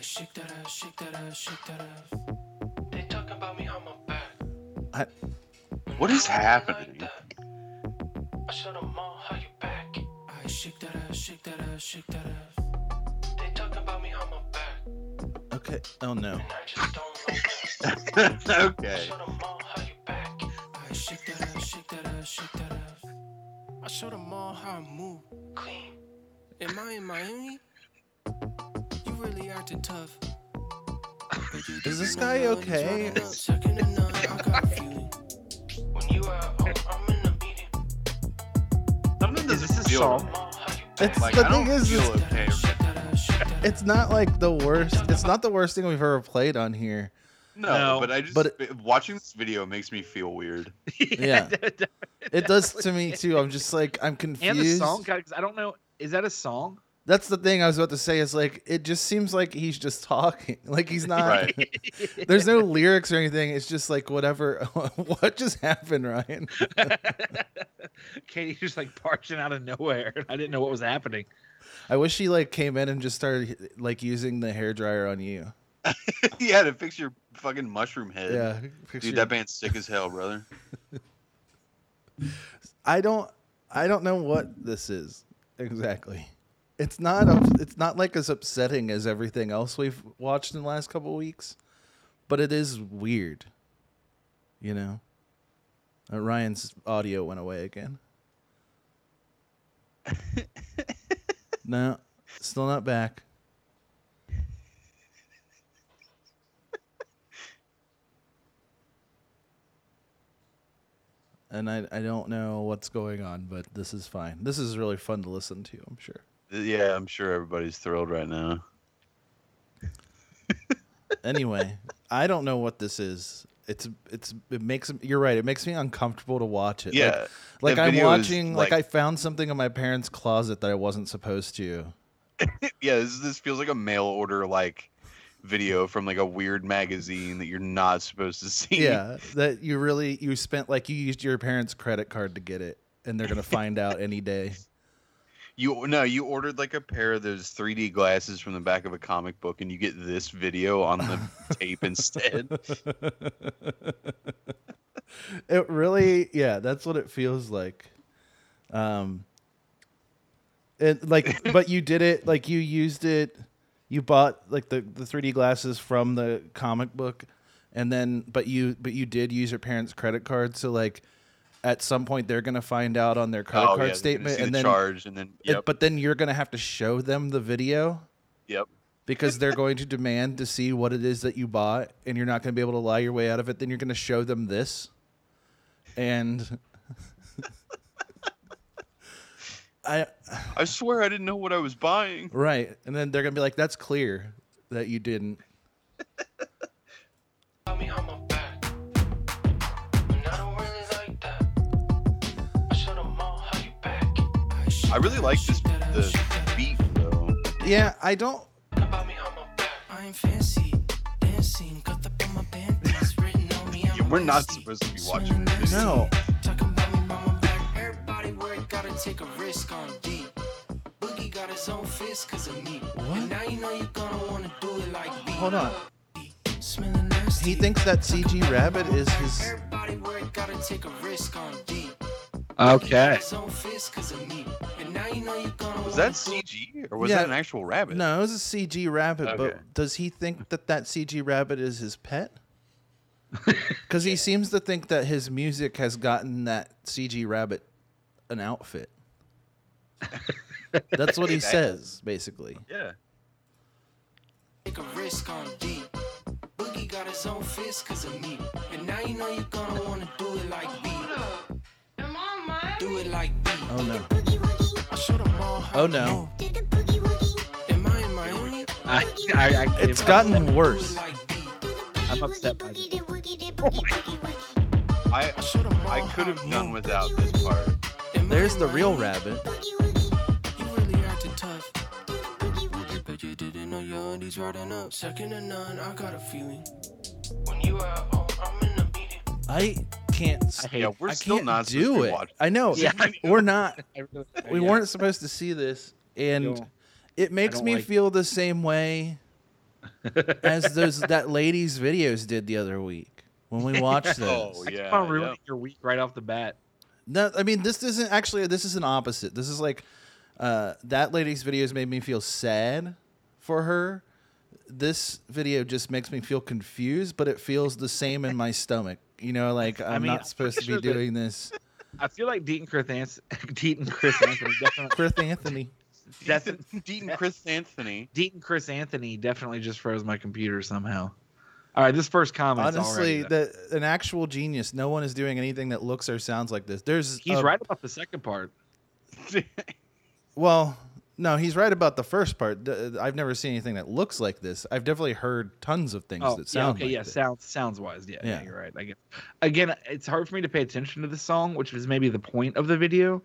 Shake that ass, shake that ass, shake that ass. They talking about me on my back. I- What is Nah, I like happening? that. I showed 'em all how you back. I shake that ass, shake that ass, shake that ass. They talking about me on my back, Okay. Oh no. and I just don't like that. I okay. showed 'em all how you back. I shake that ass, shake that ass, shake that ass. I showed 'em all how I move. Clean. Am I in Miami? You really acting tough. But you Is do this it guy well, you okay? turn it up, second to none, I got a feeling. When you out, oh, I'm in the meeting. Something Is doesn't this a feel song? right. Mom, how you It's back? Like The I don't thing is, feel is- okay. Shake that ass, shake that ass. It's not like the worst. It's not the worst thing we've ever played on here. No, No. but I just But watching this video makes me feel weird. Yeah. that- It does to me too. I'm just like I'm confused. And the song, God, 'cause I don't know. Is that a song? That's the thing I was about to say. Is like it just seems like he's just talking. Like he's not. Right. There's no lyrics or anything. It's just like whatever. what just happened, Ryan? Katie just like parching out of nowhere. I didn't know what was happening. I wish he like came in and just started like using the hair dryer on you. he had to fix your fucking mushroom head. Yeah, picture- Dude, that band's sick as hell, brother. I don't. I don't know what this is exactly. It's not. A, it's not like as upsetting as everything else we've watched in the last couple of weeks, but it is weird. You know. Uh, Ryan's audio went away again. no, still not back. And I, I don't know what's going on, but this is fine. This is really fun to listen to, I'm sure. Yeah, I'm sure everybody's thrilled right now. anyway, I don't know what this is. It's it's it makes you're right. It makes me uncomfortable to watch it. Yeah, like, like that I'm video is, watching. Like, like- I found something in my parents' closet that I wasn't supposed to. yeah. This, this feels like a mail order like video from like a weird magazine that you're not supposed to see. Yeah, that you really you spent like you used your parents' credit card to get it, and they're gonna find out any day. You no, you ordered like a pair of those 3D glasses from the back of a comic book, and you get this video on the tape instead. It really, yeah, that's what it feels like. Um, and like, but you did it. Like you used it. You bought like the the 3D glasses from the comic book, and then but you but you did use your parents' credit card. So like, at some point they're gonna find out on their credit Oh, yeah, card you're gonna statement, see and the then charge, and then it- yep, but then you're gonna have to show them the video yep. because they're going to demand to see what it is that you bought and you're not going to be able to lie your way out of it then you're going to show them this and i I swear I didn't know what I was buying. right and then they're going to be like that's clear that you didn't Tell me how my back. And I don't really like that. I showed 'em all how you back. I shake I really that like ass, this shake that ass, the shake that ass. beat though. yeah i don't About me on my back. I ain't fancy. Dancing, got the on my panties written on me. I'm Yeah, we're not nasty. supposed to be watching this Smelling video. nasty. Talking about me on my back. Everybody where it gotta take a risk on D. Boogie got his own fist 'cause of me. What? And now you know you're gonna wanna do it like B. hold on Smelling nasty. he thinks that cg rabbit is his Everybody where it gotta take a risk on D. Okay. Was that CG or was Yeah. that an actual rabbit? no it was a cg rabbit Okay. but does he think that that cg rabbit is his pet because he seems to think that his music has gotten that cg rabbit an outfit that's what he That- says basically Yeah. Take a risk on D. Boogie got his own fist 'cause of me. And now you know you're gonna wanna do it like B. Come on, Mom. Do it like B. oh no Boogie woogie. I showed 'em all how Oh, to no. move. Do the boogie woogie. Am I in Miami? I, I, I can't it's believe- gotten Do it worse like B. Do the boogie I'm woogie. upset by Boogie the woogie the boogie boogie woogie. I I showed 'em all I could how have to done move. without this part. Am I there's in the real Miami? rabbit Boogie woogie. You really acting tough. Do the boogie woogie. Bet you didn't know your undies riding up. Second to none, I got a feeling. When you out, oh, I'm in the meeting. i can't s- I hate Yeah, it. we're I still can't not supposed to do be it watching. i know Yeah. we're not I really- we yeah. weren't supposed to see this and No. it makes don't me like- feel the same way as those that ladies' videos did the other week when we watched those. Oh, I keep yeah, on ruining yeah. your week right off the bat. No, I mean this isn't actually. This is an opposite. This is like uh, that lady's videos made me feel sad for her. This video just makes me feel confused, but it feels the same in my stomach. You know, like I'm mean, I'm not supposed to be pretty sure that- doing this. I feel like Deaton Chris Anthony, Deaton Chris Anthony definitely Chris Anthony. That's- Deaton, Deaton Chris Anthony. Deaton Chris Anthony definitely just froze my computer somehow. All right, this first comment. Honestly, the, an actual genius. No one is doing anything that looks or sounds like this. There's he's a- right about the second part. Well, no, he's right about the first part. Th- I've never seen anything that looks like this. I've definitely heard tons of things Oh, that yeah, sound okay, like yeah, this. sounds sounds wise. Yeah, yeah, Yeah. you're right. I guess. Again, it's hard for me to pay attention to the song, which is maybe the point of the video,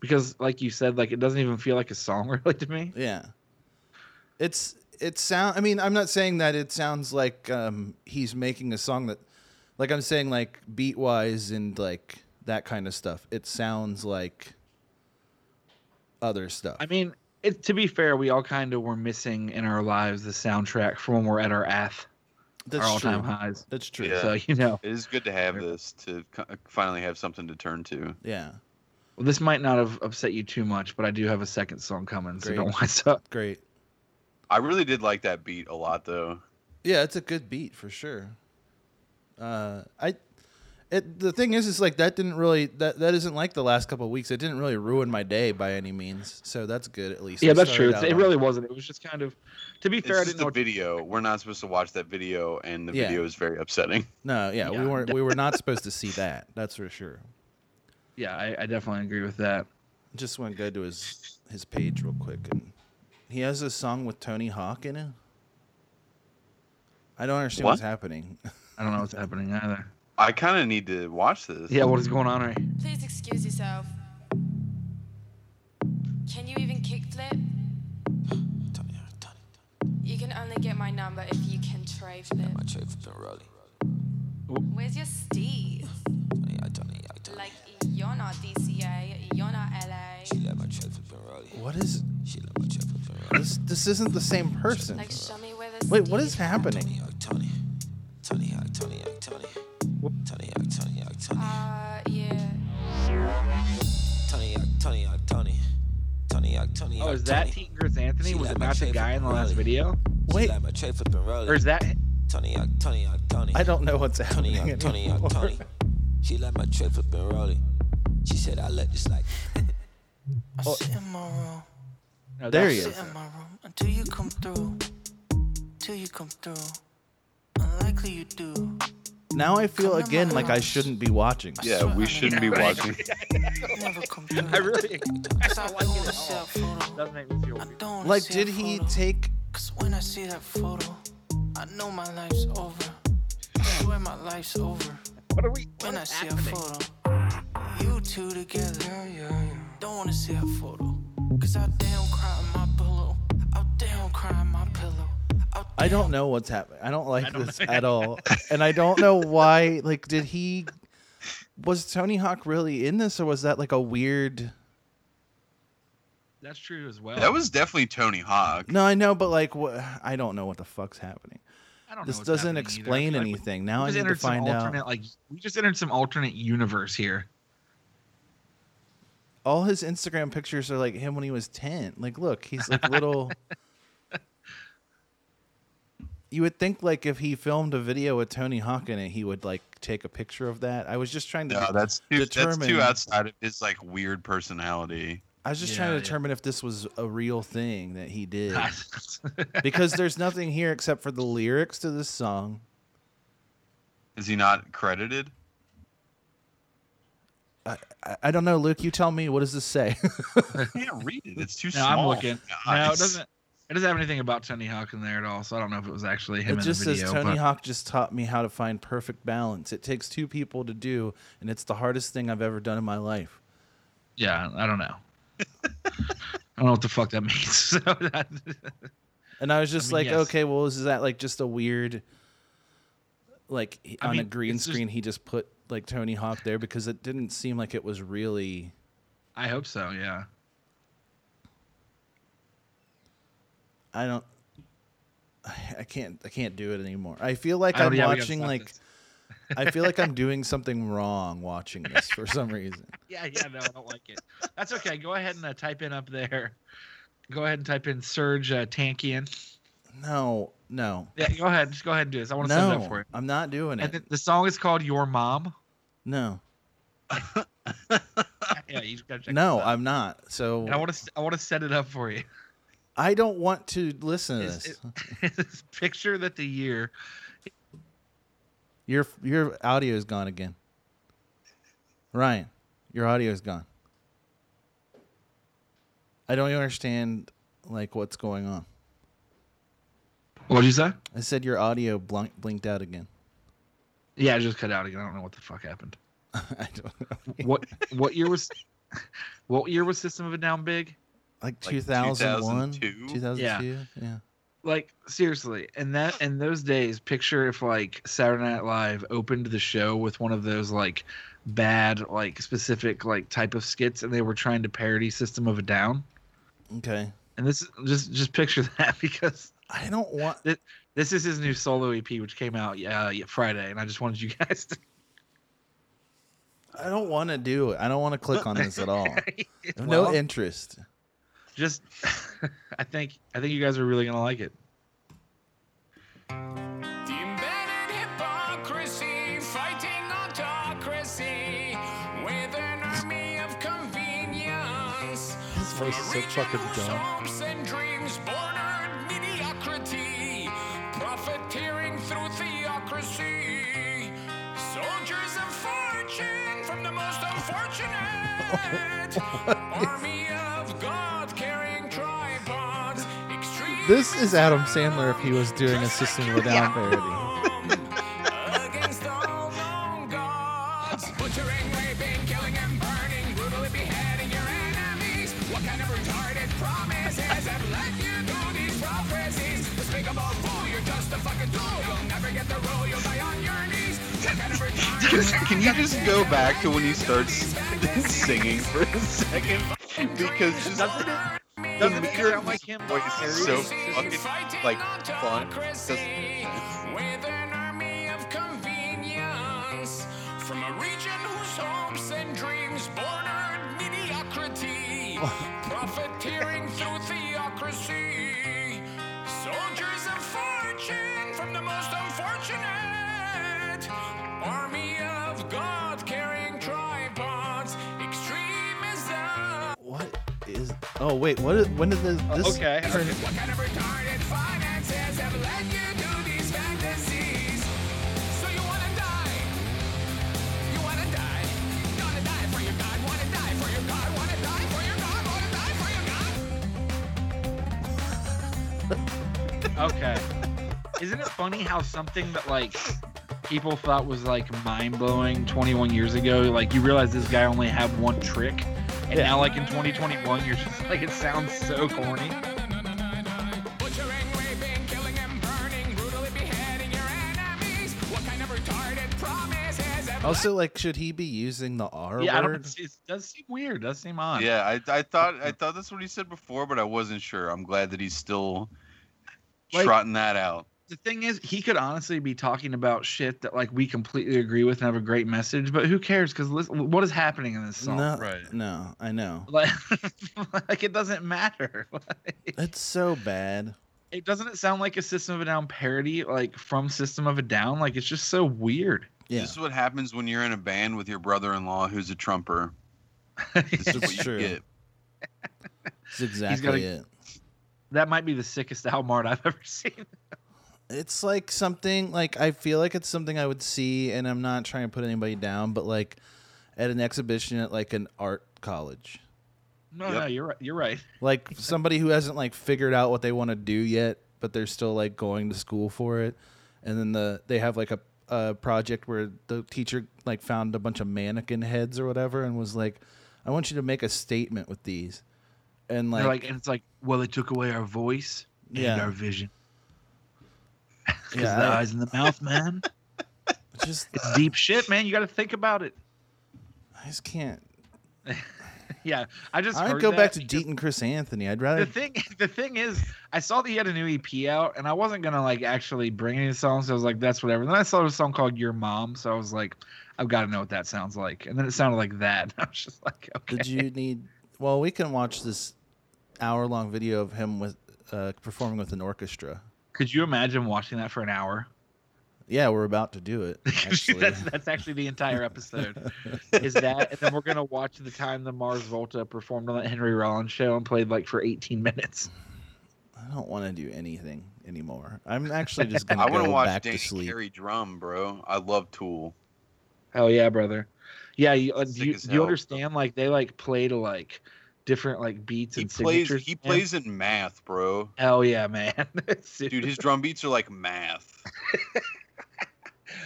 because like you said, like it doesn't even feel like a song really to me. Yeah. It's it sound I mean, I'm not saying that it sounds like um he's making a song that like I'm saying like beat wise and like that kind of stuff. It sounds like other stuff. I mean, it, to be fair, we all kind of were missing in our lives the soundtrack from when we're at our ath, That's our all-time true. highs. That's true. Yeah. So you know, It is good to have this to co- finally have something to turn to. yeah. well, this might not have upset you too much, but I do have a second song coming, so Great. don't wise up. Great. I really did like that beat a lot, though. Yeah, it's a good beat for sure. Uh, I, it the thing is, is like that didn't really that that isn't like the last couple of weeks. It didn't really ruin my day by any means, so that's good at least. Yeah, It that's true. started It's, it out really wasn't. It was just kind of, to be It's fair, I just didn't the know. video. We're not supposed to watch that video, and the Yeah. video is very upsetting. No, yeah, Yeah. we weren't. We were not supposed to see that. That's for sure. yeah, I, I definitely agree with that. Just want to go to his his page real quick, and he has a song with Tony Hawk in it. I don't understand what's What? happening. I don't know what's happening either. I kind of need to watch this. Yeah, what is going on right? Please excuse yourself. Can you even kickflip? Tony, Tony, You can only get my number if you can tray flip. my trade flipping rolling. Where's your steez? Tony, I Tony, I Tony. Like, you're not DCA, you're not She LA. let my trade flipping rolling. What is She let my trade flipping rolling. this? This isn't the same person. Like, show me where the Wait, what steez is happening? Tony, I Tony. Tony, I Tony, I Tony. Tony, I Tony, I Tony. Uh, yeah. Tony, I Tony, I Tony. Tony, I Tony, Oh, I is that Tony. Tegan Chris Anthony? She Was let it my not the trade guy in the flipping last rolling. video? Wait. She let my trade flipping rolling. Or is that Tony, I Tony, I Tony. I don't know what's Tony, happening. young, Tony, young, anymore. Tony. She let my trade flipping rolling. She said I look just like. I sit in my room, There no, that's- he is. sit in my room until you come through. Till you come through. Unlikely you do. Now I feel Come to again my like I house. shouldn't be watching. Yeah, we shouldn't be watching. Never come through. I really Cause I don't see that photo. doesn't make me feel I weird. don't Like, see did that he photo. take? Cause when I see that photo, I know my life's over. I swear my life's over. What are we? When I What's see a happening? photo, you two together. Don't wanna see a photo. Cause I damn cry in my pillow. I damn cry in my pillow. I don't know what's happening. I don't like this at all, and I don't know why. Like, did he? Was Tony Hawk really in this, or was that like a weird? That's true as well. That was definitely Tony Hawk. No, I know, but like, what? I don't know what the fuck's happening. I don't know This what's doesn't happening either. I explain feel like we- anything. we now I just need to entered some find alternate, out. Like we just entered some alternate universe here. All his Instagram pictures are like him when he was ten. Like, look, he's like little. You would think like if he filmed a video with Tony Hawk in it, he would like take a picture of that. I was just trying to No, that's too, that's Determine- too outside of his like weird personality. I was just Yeah, trying to yeah. determine if this was a real thing that he did I because there's nothing here except for the lyrics to this song. Is he not credited? I, I don't know, Luke. You tell me. What does this say? I can't read it. It's too No, I'm small. looking. My No, it eyes. doesn't. It doesn't have anything about Tony Hawk in there at all, so I don't know if it was actually him it in just the says video. Tony but Hawk just taught me how to find perfect balance. It takes two people to do, and it's the hardest thing I've ever done in my life. Yeah, I don't know. I don't know what the fuck that means. So that, And I was just mean, like, yes. okay, well, is that like just a weird, like he- I on a mean, green it's just- screen, he just put like Tony Hawk there because it didn't seem like it was really. I hope so. Yeah. I don't. I can't I can't do it anymore. I feel like I I'm don't- yeah, we gotta watching stop like this. I feel like I'm doing something wrong watching this for some reason. Yeah, yeah, no, I don't like it. That's okay. Go ahead and uh, type in up there. Go ahead and type in Serge uh, Tankian. No, no. Yeah, go ahead. Just go ahead and do this. I want to send it up for No. it. I'm not doing And it. the, the song is called Your Mom. No. yeah, you gotta check No, this out. I'm not. And I So want to I want to set it up for you. I don't want to listen to Is this. it- picture that the year. Your your audio is gone again. Ryan, your audio is gone. I don't even understand like what's going on. What'd you say? I said your audio blunk, blinked out again. Yeah, it just cut out again. I don't know what the fuck happened. I don't know. What what year was what year was System of a Down big? Like, Like 2001, 2002? 2002, yeah. Like seriously, and that in those days, picture if like Saturday Night Live opened the show with one of those like bad like specific like type of skits, and they were trying to parody System of a Down. Okay. And this is- just just picture that because I don't want this is his new solo EP, which came out uh, yeah, Friday, and I just wanted you guys to I don't want to do it. I don't want to click on this at all. I have no Well- interest. just I think I think you guys are really gonna like it. The embedded hypocrisy, fighting autocracy with an army of convenience. His voice is so fucking dumb. Hopes and dreams bordered mediocrity, profiteering through theocracy. Soldiers of fortune from the most unfortunate army of God carrying tripods. This is Adam Sandler if he was doing a system without Yeah. parody. Against all known gods, butchering, raping, killing, and burning, brutally beheading your enemies. What kind of retarded promises have let you do these prophecies? Despicable fool, you're just a fucking tool. You'll never get the rule. You'll die on your knees. What kind of retarded Can you just go back to when he starts singing for a second? Because just the doesn't it meter sound of like his him? voice is so fucking like fun. Doesn't- with an army of convenience from a region whose hopes and dreams bordered mediocrity, profiteering through theocracy. Soldiers of fortune from the most unfortunate army of God carrying tripods, extremism. What is? Oh wait, what? Is, when did the, this? okay, turn- What kind of retarded finances have led you to these fantasies? So you wanna die? You wanna die? Gonna die for your God? Wanna die for your God? Wanna die for your God? Wanna die for your God? Okay. Isn't it funny how something that like people thought was like mind blowing 21 years ago, like you realize this guy only had one trick, and Yeah. now like in 2021, you're just like it sounds so corny. Butchering, raping, killing, and burning, brutally beheading your enemies. What kind of retarded promises have Also, like, should he be using the R Yeah, I word? don't. It does seem weird. Does seem odd. Yeah, I, I thought I thought that's what he said before, but I wasn't sure. I'm glad that he's still Like- trotting that out. the thing is, he could honestly be talking about shit that like we completely agree with and have a great message, but who cares? Because what is happening in this song? no, right. no, I know. Like, like it doesn't matter. Like, That's so bad. it doesn't it sound like a System of a Down parody, like from System of a Down. Like it's just so weird. Yeah, This is what happens when you're in a band with your brother-in-law who's a trumper. This is It's what you true. get. it's exactly gotta- it. that might be the sickest album art I've ever seen. It's like something like I feel like it's something I would see, and I'm not trying to put anybody down, but like at an exhibition at like an art college, No, Yep. no, you're right. You're right. like somebody who hasn't like figured out what they want to do yet, but they're still like going to school for it, and then the they have like a a project where the teacher like found a bunch of mannequin heads or whatever, and was like, I want you to make a statement with these, and They're like, like, and it's like, well, it took away our voice and Yeah. our vision. Because yeah, the I- eyes and the mouth, man. just It's deep shit, man. You got to think about it. I just can't. yeah, I just I'd heard go that back to because Deaton Chris Anthony. I'd rather. the thing. The thing is, I saw that he had a new EP out, and I wasn't gonna like actually bring any songs. So I was like, that's whatever. And then I saw a song called Your Mom, so I was like, I've got to know what that sounds like. And then it sounded like that. I was just like, okay. Did you need? Well, we can watch this hour-long video of him with uh, performing with an orchestra. Could you imagine watching that for an hour? Yeah, we're about to do it. Actually, that's that's actually the entire episode. is that and then we're gonna watch the time the Mars Volta performed on that Henry Rollins show and played like for 18 minutes. I don't want to do anything anymore. I'm actually just gonna I want go to watch back Danny to sleep. Carey drum, bro. I love Tool. Hell yeah, brother. Yeah, you, uh, Sick do, you, as do you hell. understand? Like they like play to like different like beats He and plays. signatures, He man. plays in math, bro. Hell yeah, man. Dude, his drum beats are like math.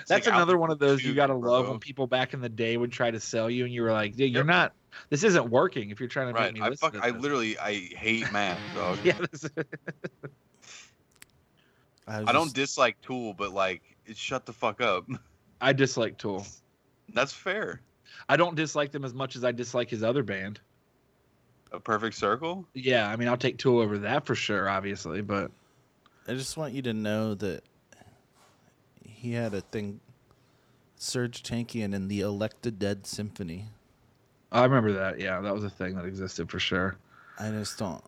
It's That's like another one of those you altitude, gotta love bro. when people back in the day would try to sell you, and you were like, "Dude, you're Yep. not. This isn't working. If you're trying to Right. make me I listen fuck. to I this." literally. I hate math, dog. yeah, this is- was I don't just- dislike Tool, but like, it, shut the fuck up. I dislike Tool. That's fair. I don't dislike them as much as I dislike his other band. A perfect circle. Yeah, I mean, I'll take Tool over that for sure, obviously, but I just want you to know that he had a thing, Serge Tankian in the Elected Dead Symphony. I remember that. Yeah, that was a thing that existed for sure. I just don't.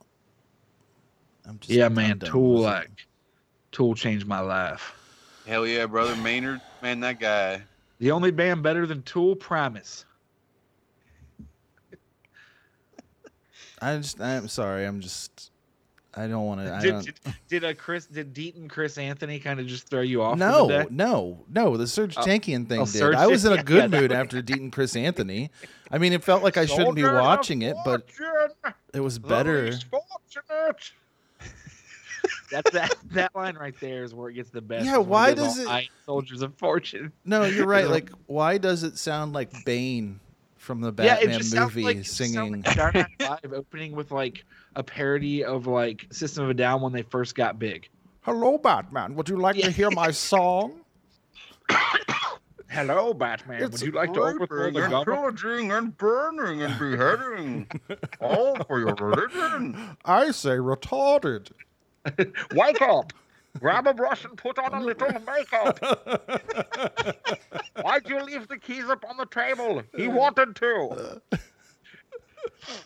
I'm just yeah, I'm man, done Tool with it. like Tool changed my life. Hell yeah, brother Maynard. Man, that guy. The only band better than Tool, Primus. I just. I'm sorry. I'm just. I don't want to. I Did, don't. did, did uh, Chris did Deaton Chris Anthony kind of just throw you off? for the No, day? no, no. The Serge Oh. Tankian thing Oh, did. Serge I was in a Tankian. good Yeah, mood that- after Deaton Chris Anthony. I mean, it felt like I shouldn't be Soldier of watching it, but fortune, it was the better. least fortunate. That's that that line right there is where it gets the best. Yeah, is when why goes does all, it- "I am soldiers of fortune? No, you're right. Yeah. Like, why does it sound like Bane from the yeah, Batman it just sounds movie like, it just sounds singing? like Saturday Night Live opening with like a parody of like System of a Down when they first got big. Hello, Batman. Would you like Yeah. to hear my song? Hello, Batman. It's Would you like to overthrow the government? pillaging and burning and beheading, all for your religion. I say retarded. Wake up! Grab a brush and put on a little makeup. Why'd you leave the keys up on the table? Uh, He wanted to.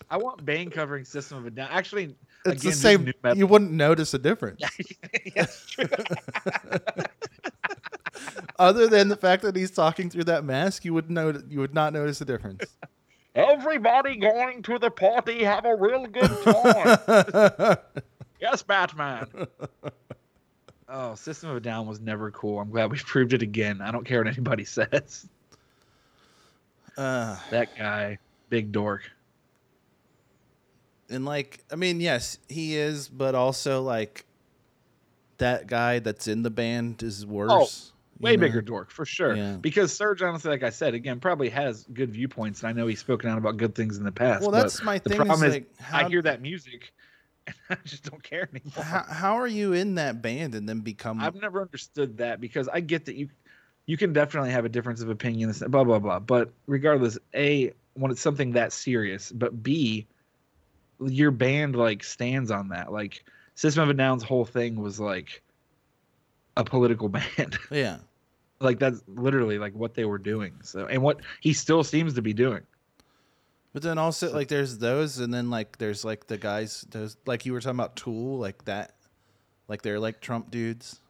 I want Bane covering System of a Down. Actually, It's again, the this same. new metal- You wouldn't notice a difference. Yes, true. Other than the fact that he's talking through that mask, you would know you would not notice a difference. Everybody going to the party have a real good time. Yes, Batman. oh, System of a Down was never cool. I'm glad we proved it again. I don't care what anybody says. uh, That guy, big dork. and like, I mean, yes, he is, but also like that guy that's in the band is worse. you Oh, Way know? bigger dork for sure. Yeah. Because Serge, honestly, like I said, again, probably has good viewpoints, and I know he's spoken out about good things in the past. Well, but that's my the thing. Is, problem is, like, how, I hear that music, and I just don't care anymore. How, how are you in that band and then become? I've never understood that because I get that you you can definitely have a difference of opinion, this- blah blah blah. But regardless, a when it's something that serious, but b your band like stands on that. Like System of a Down's whole thing was like a political band. yeah. like that's literally like what they were doing. So and what he still seems to be doing. But then also like there's those and then like there's like the guys those like you were talking about Tool like that like they're like Trump dudes.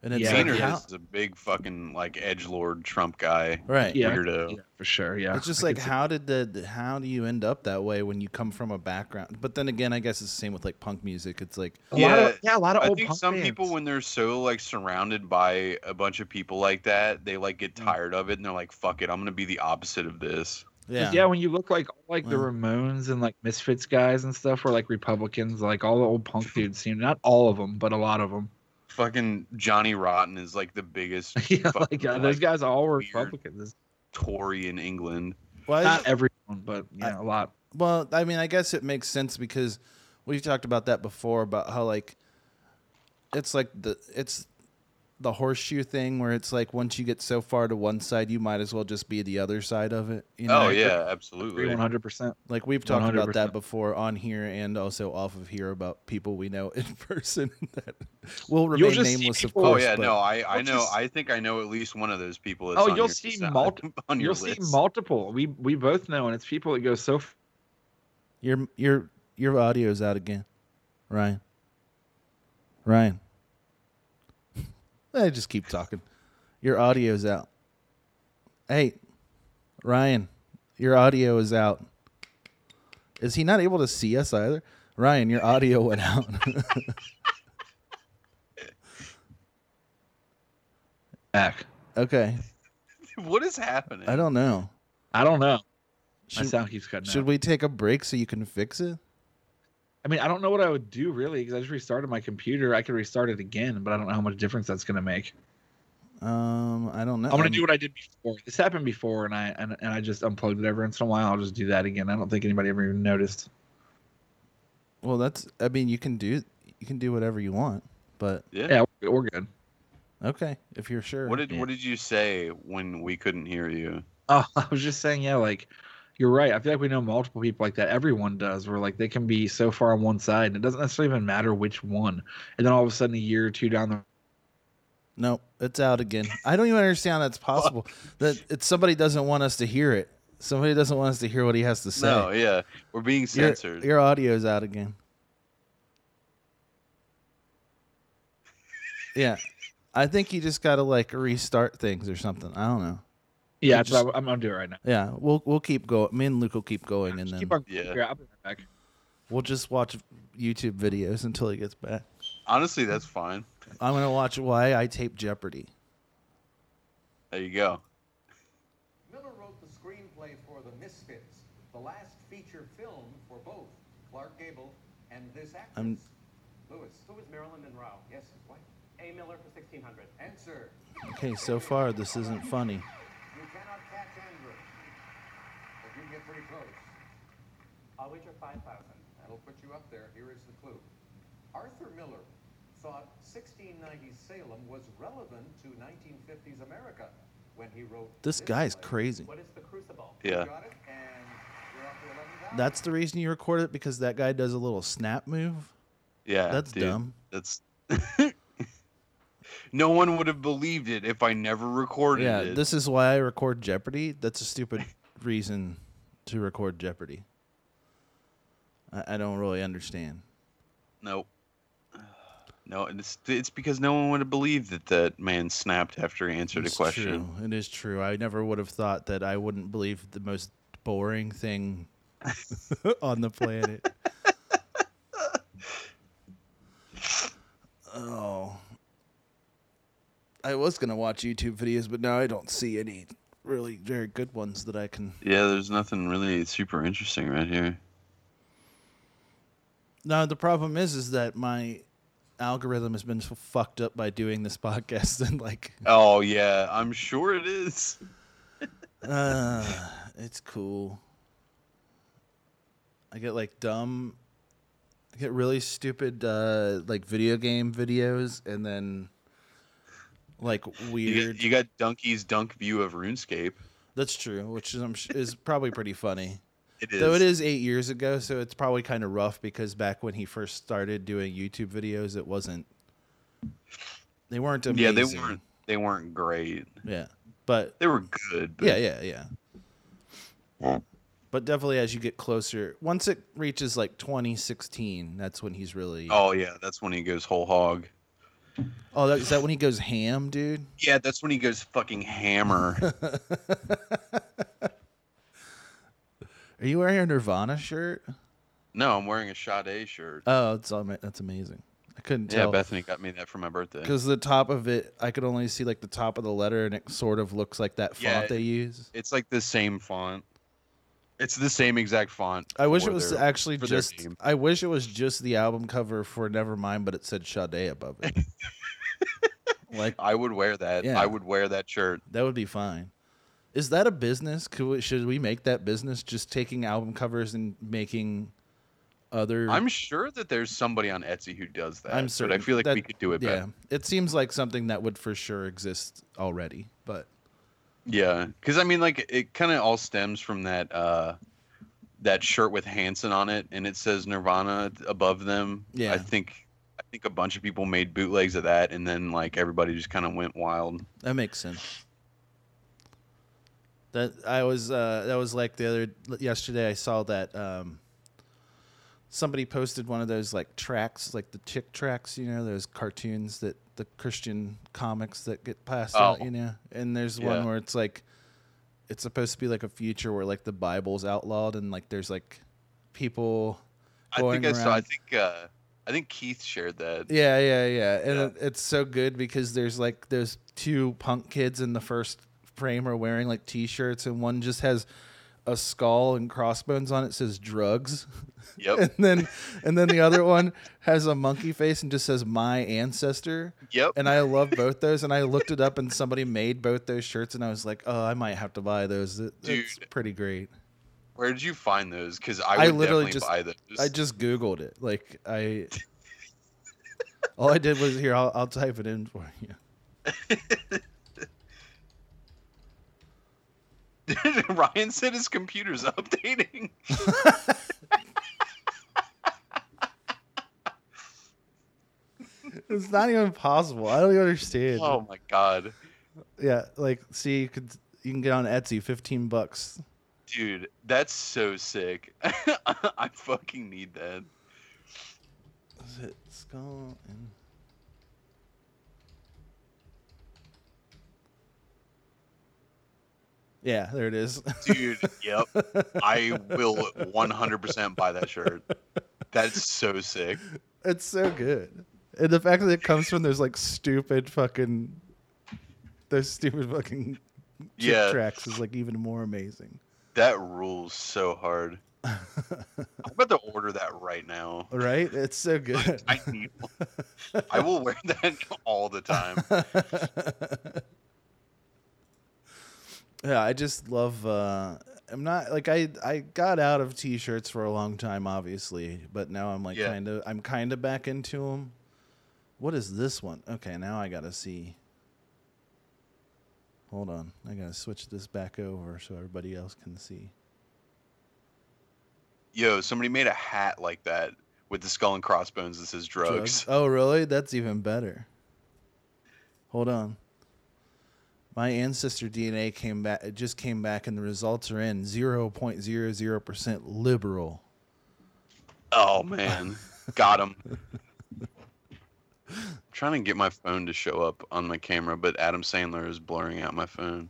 And it's Yeah. like, Maynard how- is a big fucking like edge lord Trump guy. right. Yeah. Weirdo. Yeah, for sure. Yeah. It's just I like could see- how did the the- how do you end up that way when you come from a background? But then again, I guess it's the same with like punk music. It's like a lot of, Yeah, yeah, a lot of I old think punk some bands. people, when they're so like surrounded by a bunch of people like that, they like Mm. get tired of it and they're like, "Fuck it, I'm gonna be the opposite of this." yeah. Yeah. when you look like like the Yeah. Ramones and like Misfits guys and stuff were like Republicans, like all the old punk dudes seem not all of them, but a lot of them. Fucking Johnny Rotten is like the biggest yeah, Fuck, like uh, like, those guys all were weird. Republicans. Tory in England. Why is Not it- everyone, but yeah, a lot. Well, I mean, I guess it makes sense because we've talked about that before about how like it's like the it's the horseshoe thing where it's like once you get so far to one side, you might as well just be the other side of it. You know? Oh yeah, absolutely. One hundred percent. Like we've talked about that 100%. before on here and also off of here about people we know in person that will You'll remain just see nameless, of people- course. oh yeah, but no, I I I'll know. just- I think I know at least one of those people. That's Oh, on you'll your see side- multi- on your You'll list. see multiple. We we both know, and it's people that go so. F- your your your audio's out again, Ryan. Ryan, I just keep talking. Your audio's out. Hey, Ryan, your audio is out. Is he not able to see us either? Ryan, your audio went out. back. okay, what is happening? I don't know. I don't know. My Should, sound keeps cutting should out. we take a break so you can fix it? I mean, I don't know what I would do really because I just restarted my computer. I could restart it again, but I don't know how much difference that's going to make. Um, I don't know. I'm going to do what I did before. This happened before, and I and, and I just unplugged it every once in a while. I'll just do that again. I don't think anybody ever even noticed. Well, that's. I mean, you can do you can do whatever you want, but Yeah, we're, we're good. okay, if you're sure. What did Yeah. What did you say when we couldn't hear you? Oh, I was just saying, yeah, like you're right. I feel like we know multiple people like that. Everyone does, where like they can be so far on one side, and it doesn't necessarily even matter which one. And then all of a sudden, a year or two down the No, it's out again. I don't even understand how that's possible. that it's somebody doesn't want us to hear it. Somebody doesn't want us to hear what he has to say. No, yeah, we're being your, censored. your audio's out again. Yeah, I think you just gotta like restart things or something. I don't know. yeah, that's what I- I'm gonna do it right now. Yeah, we'll we'll keep going. Me and Luke will keep going, and Just then keep on, Yeah. yeah. I'll be right back. we'll just watch YouTube videos until he gets back. Honestly, that's fine. I'm gonna watch why I tape Jeopardy. There you go. Miller wrote the screenplay for The Misfits, the last feature film for both Clark Gable and this actress. I'm- Lewis. Who is Marilyn Monroe? Yes, his wife. A Miller for 1600. Answer. Okay, so far this isn't funny. You cannot catch Andrew. But you get pretty close. I'll wager 5,000. That'll put you up there. Here is the clue. Arthur Miller thought 1690 Salem was relevant to 1950s America when he wrote This guy's play. crazy. What is the crucible? Yeah. Got it? And you're up to 11,000. That's the reason you record it because that guy does a little snap move. Yeah. That's dude, dumb. That's. no one would have believed it if I never recorded Yeah, it. this is why I record Jeopardy. That's a stupid reason to record Jeopardy. I, I don't really understand. Nope. No, and it's it's because no one would have believed that that man snapped after he answered It's a question. True. It is true. I never would have thought that I wouldn't believe the most boring thing on the planet. oh. I was going to watch YouTube videos, but now I don't see any really very good ones that I can. Yeah, there's nothing really super interesting right here. No, the problem is is that my algorithm has been so fucked up by doing this podcast and like Oh yeah, I'm sure it is. Uh, it's cool. I get like dumb, I get really stupid, uh, like video game videos, and then like You, weird. got- you got Donkey's dunk view of RuneScape. That's true, which is, I'm sh- is probably pretty funny. It is. Though it is eight years ago, so it's probably kind of rough because back when he first started doing YouTube videos, it wasn't. They weren't amazing. Yeah, they weren't. They weren't great. Yeah, but They were good. But yeah, yeah, yeah. yeah. But definitely as you get closer, once it reaches like 2016, that's when he's really. Oh, Oh yeah, that's when he goes whole hog. that, is that when he goes ham, dude? Yeah, that's when he goes fucking hammer. Are you wearing a Nirvana shirt? no, I'm wearing a Sade shirt. Oh, it's all, that's amazing. I couldn't yeah, tell Bethany got me that for my birthday. because the top of it, I could only see like the top of the letter, and it sort of looks like that font Yeah, they use. It's like the same font. It's the same exact font. I wish for it was their- actually for their just. name. I wish it was just the album cover for Nevermind, but it said Sade above it. like I would wear that. Yeah. I would wear that shirt. That would be fine. Is that a business? Could we, should we make that business just taking album covers and making other I'm sure that there's somebody on Etsy who does that. I'm sure. certain But I feel like that- we could do it Yeah, better. it seems like something that would for sure exist already. But Yeah, because I mean, like, it kind of all stems from that uh, that shirt with Hanson on it, and it says Nirvana above them. Yeah. I think I think a bunch of people made bootlegs of that, and then like everybody just kind of went wild. that makes sense. That I was uh, that was like the other yesterday. I saw that um, somebody posted one of those like tracks, like the chick tracks, you know, those cartoons that the Christian comics that get passed out, Oh. you know. And there's Yeah. one where it's like it's supposed to be like a future where like the Bible's outlawed and like there's like people I going think I saw. I around- think uh, I think Keith shared that. Yeah, yeah, yeah. And It, it's so good because there's like those two punk kids in the first frame are wearing like t-shirts and one just has a skull and crossbones on it says drugs. Yep. and then and then the other one has a monkey face and just says my ancestor. Yep. And I love both those and I looked it up and somebody made both those shirts and I was like, "Oh, I might have to buy those. It- It's Dude. pretty great." Where did you find those? Because I, I would literally definitely just- buy those. I just googled it. Like I All I did was here I'll, I'll type it in for you. Ryan said his computer's updating. It's not even possible. I don't even understand. Oh my god, Yeah, like see, you could you can get on Etsy, fifteen bucks. dude, that's so sick. I fucking need that. Is it skull and- Yeah, there it is. Dude, yep. I will 100% buy that shirt. That's so sick. it's so good, and the fact that it comes from those like stupid fucking, those stupid fucking chip Yeah. tracks is like even more amazing. That rules so hard. I'm about to order that right now. Right? It's so good. I need one. I will wear that all the time. Yeah, I just love. Uh, I'm not like I. I got out of t-shirts for a long time, obviously, but now I'm like Yeah. kind of. I'm kind of back into them. What is this one? Okay, now I gotta see. Hold on, I gotta switch this back over so everybody else can see. Yo, somebody made a hat like that with the skull and crossbones that says drugs. Oh, really? That's even better. Hold on. My ancestor DNA came back. It just came back, and the results are in zero point zero zero percent liberal. Oh, man. Got him. trying to get my phone to show up on my camera, but Adam Sandler is blurring out my phone.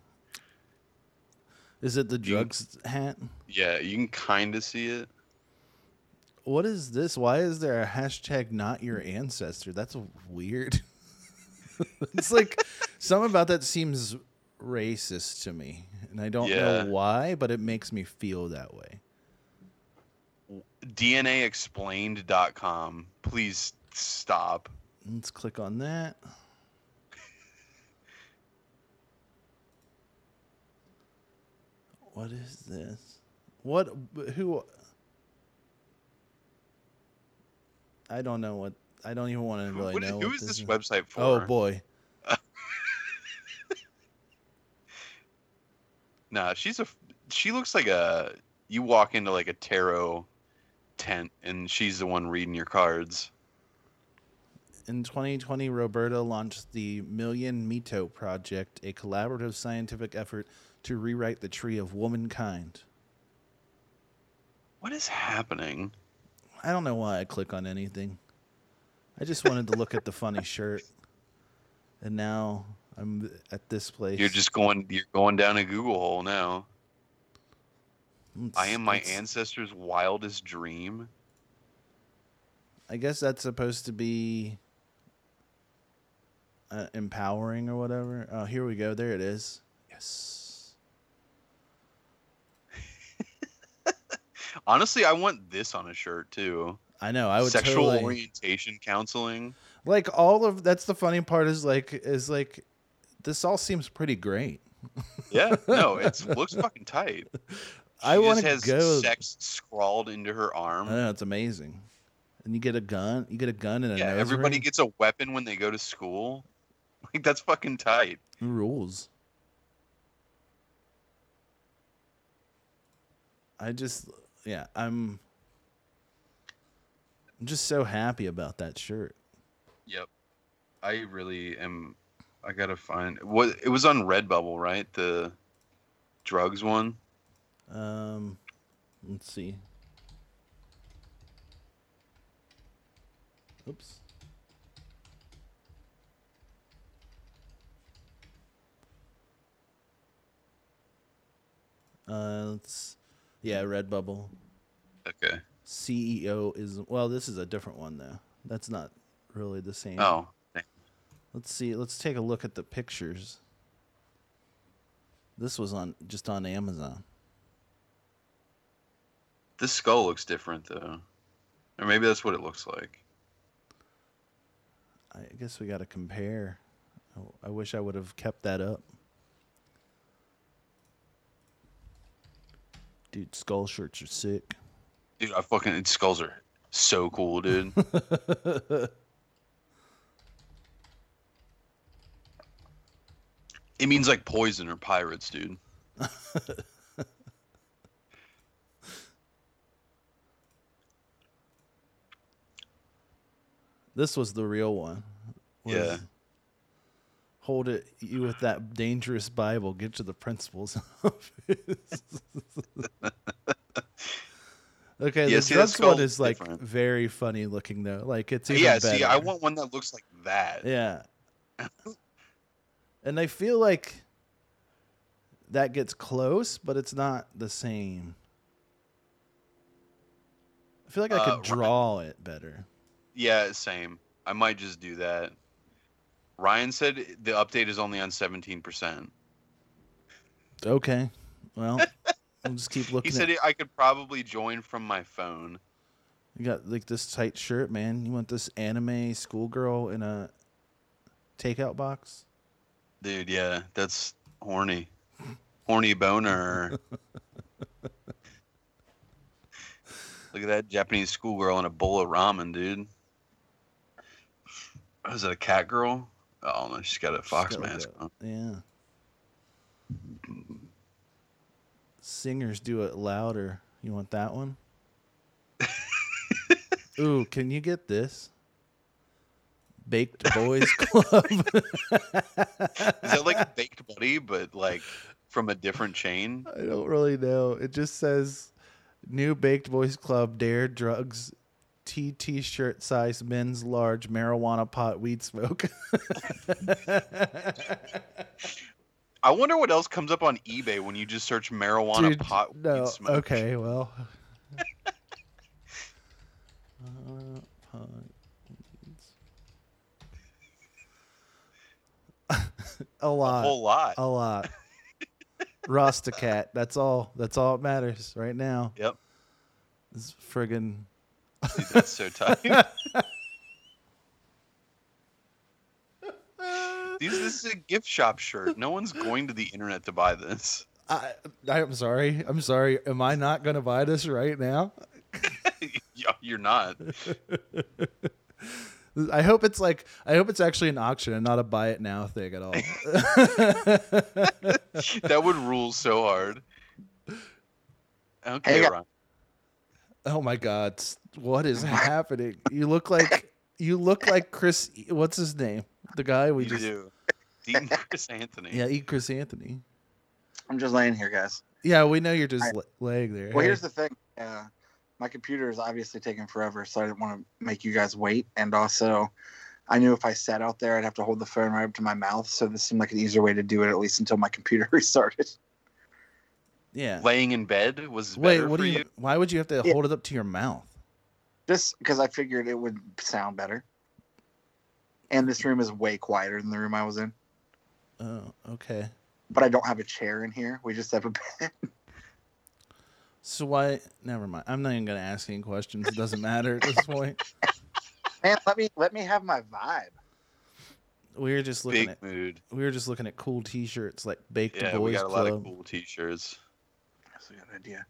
Is it the You- drugs hat? Yeah, you can kind of see it. What is this? Why is there a hashtag not your ancestor? That's weird. it's like something about that seems racist to me. And I don't Yeah. know why, but it makes me feel that way. DNAexplained.com. Please stop. Let's click on that. What is this? What? Who? I don't know what. I don't even want to really What is- know. who what is this is. website for? Oh boy. Nah, she's a. She looks like a. You walk into like a tarot tent, and she's the one reading your cards. In 2020, Roberta launched the Million Mito Project, a collaborative scientific effort to rewrite the tree of womankind. What is happening? I don't know why I click on anything. I just wanted to look at the funny shirt, and now I'm at this place. You're just going. You're going down a Google hole now. It's- I am my it's- ancestors' wildest dream. I guess that's supposed to be uh, empowering or whatever. Oh, here we go. There it is. Yes. Honestly, I want this on a shirt too. I know. I would Sexual totally. orientation counseling. like all of that's the funny part is like is like this all seems pretty great Yeah, no, it looks fucking tight. I She just wanna has go- Uh, sex scrawled into her arm. I know it's amazing. And you get a gun. You get a gun and a yeah, nose everybody ring. gets a weapon when they go to school. Like that's fucking tight. rules. I just yeah, I'm I'm just so happy about that shirt. Yep. I really am. I gotta find what it was on Redbubble, right? The drugs one. Um let's see. Oops. Uh let's yeah, Redbubble. Okay. CEO E is well, this is a different one though. That's not really the same. Oh, thank- Let's see. Let's take a look at the pictures. This was on just on Amazon. this skull looks different though, or maybe that's what it looks like. I guess we got to compare. Oh, I wish I would have kept that up. Dude, skull shirts are sick. Dude, I fucking its skulls are so cool, dude. it means like poison or pirates, dude. This was the real one. Was Yeah. Hold it, you with that dangerous Bible. Get to the principal's office. okay, Yeah, the drugs see, that one skull's is like different. very funny looking though. Like it's even yeah, better. see, I want one that looks like that. Yeah. and I feel like that gets close, but it's not the same. I feel like I Uh, could right. draw it better. Yeah, same. I might just do that. Ryan said the update is only on 17%. Okay. Well, I'll just keep looking. He said at, I could probably join from my phone. you got like this tight shirt, man. You want this anime schoolgirl in a takeout box? Dude, yeah, that's horny. Horny boner. Look at that Japanese schoolgirl in a bowl of ramen, dude. Oh, Is that a cat girl? Oh, no, she's got a She's fox got, like, mask a- on. Yeah. Singers do it louder. You want that one? Ooh, can you get this? Baked Boys Club. Is that like baked buddy, but like from a different chain? I don't really know. It just says new Baked Boys Club Dare Drugs T t shirt size men's large marijuana pot weed smoke. I wonder what else comes up on eBay when you just search marijuana Dude, pot weed no, smoke. Okay, well. Uh, pot weeds. a A lot. whole lot. a lot. Rostacat. That's all. That's all that matters right now. Yep. It's friggin' Dude, that's so tight. These, this is a gift shop shirt. No one's going to the internet to buy this. I, I'm sorry. I'm sorry. Am I not gonna buy this right now? Yeah, You're not. I hope it's like I hope it's actually an auction and not a buy it now thing at all. That would rule so hard. Okay, Hang on. Ryan. Oh my God! s- What is happening? You look like you look like Chris. What's his name? The guy we you just do. Dean Chris Anthony. yeah, eat Chris Anthony. I'm just laying here, guys. Yeah, we know you're just Alright. la- laying there. Well, Hey, here's the thing. Uh, my computer is obviously taking forever, so I didn't want to make you guys wait. And also, I knew if I sat out there, I'd have to hold the phone right up to my mouth. So this seemed like an easier way to do it, at least until my computer restarted. yeah. Laying in bed was Wait, better what for do you? you. Why would you have to Yeah. hold it up to your mouth? Just because I figured it would sound better. And this room is way quieter than the room I was in. Oh, okay. But I don't have a chair in here. We just have a bed. So why? Never mind. I'm not even gonna ask any questions. It doesn't matter at this point. Man, let me let me have my vibe. We were just looking Big at mood. we were just looking at cool T-shirts like Baked Yeah, we Boys got a lot Club. of cool t-shirts. that's a good idea.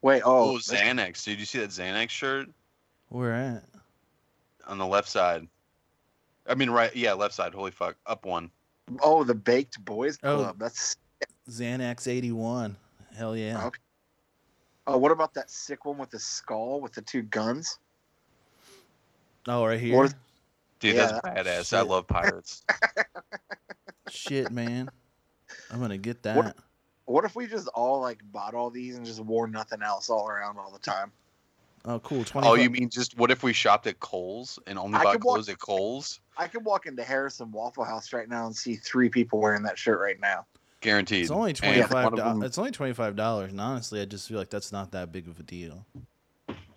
Wait, oh, Oh, Xanax. Did you see that Xanax shirt Where at? on the left side? I mean, right. Yeah, left side. Holy fuck. Up one. oh, the Baked Boys Oh. Club. That's Xanax eighty one. Hell yeah. Okay. oh, what about that sick one with the skull with the two guns? Oh, right here. What is- Dude, Yeah, that's badass. I love pirates. Shit, man. I'm gonna get that. What- What if we just all like bought all these and just wore nothing else all around all the time? Oh, cool. Twenty. oh, you mean just what if we shopped at Kohl's and only I bought could walk- clothes at Kohl's? I could walk into Harrison Waffle House right now and see three people wearing that shirt right now. Guaranteed. It's only And- twenty five. one of them- dollars. it's only twenty five dollars, and honestly, I just feel like that's not that big of a deal.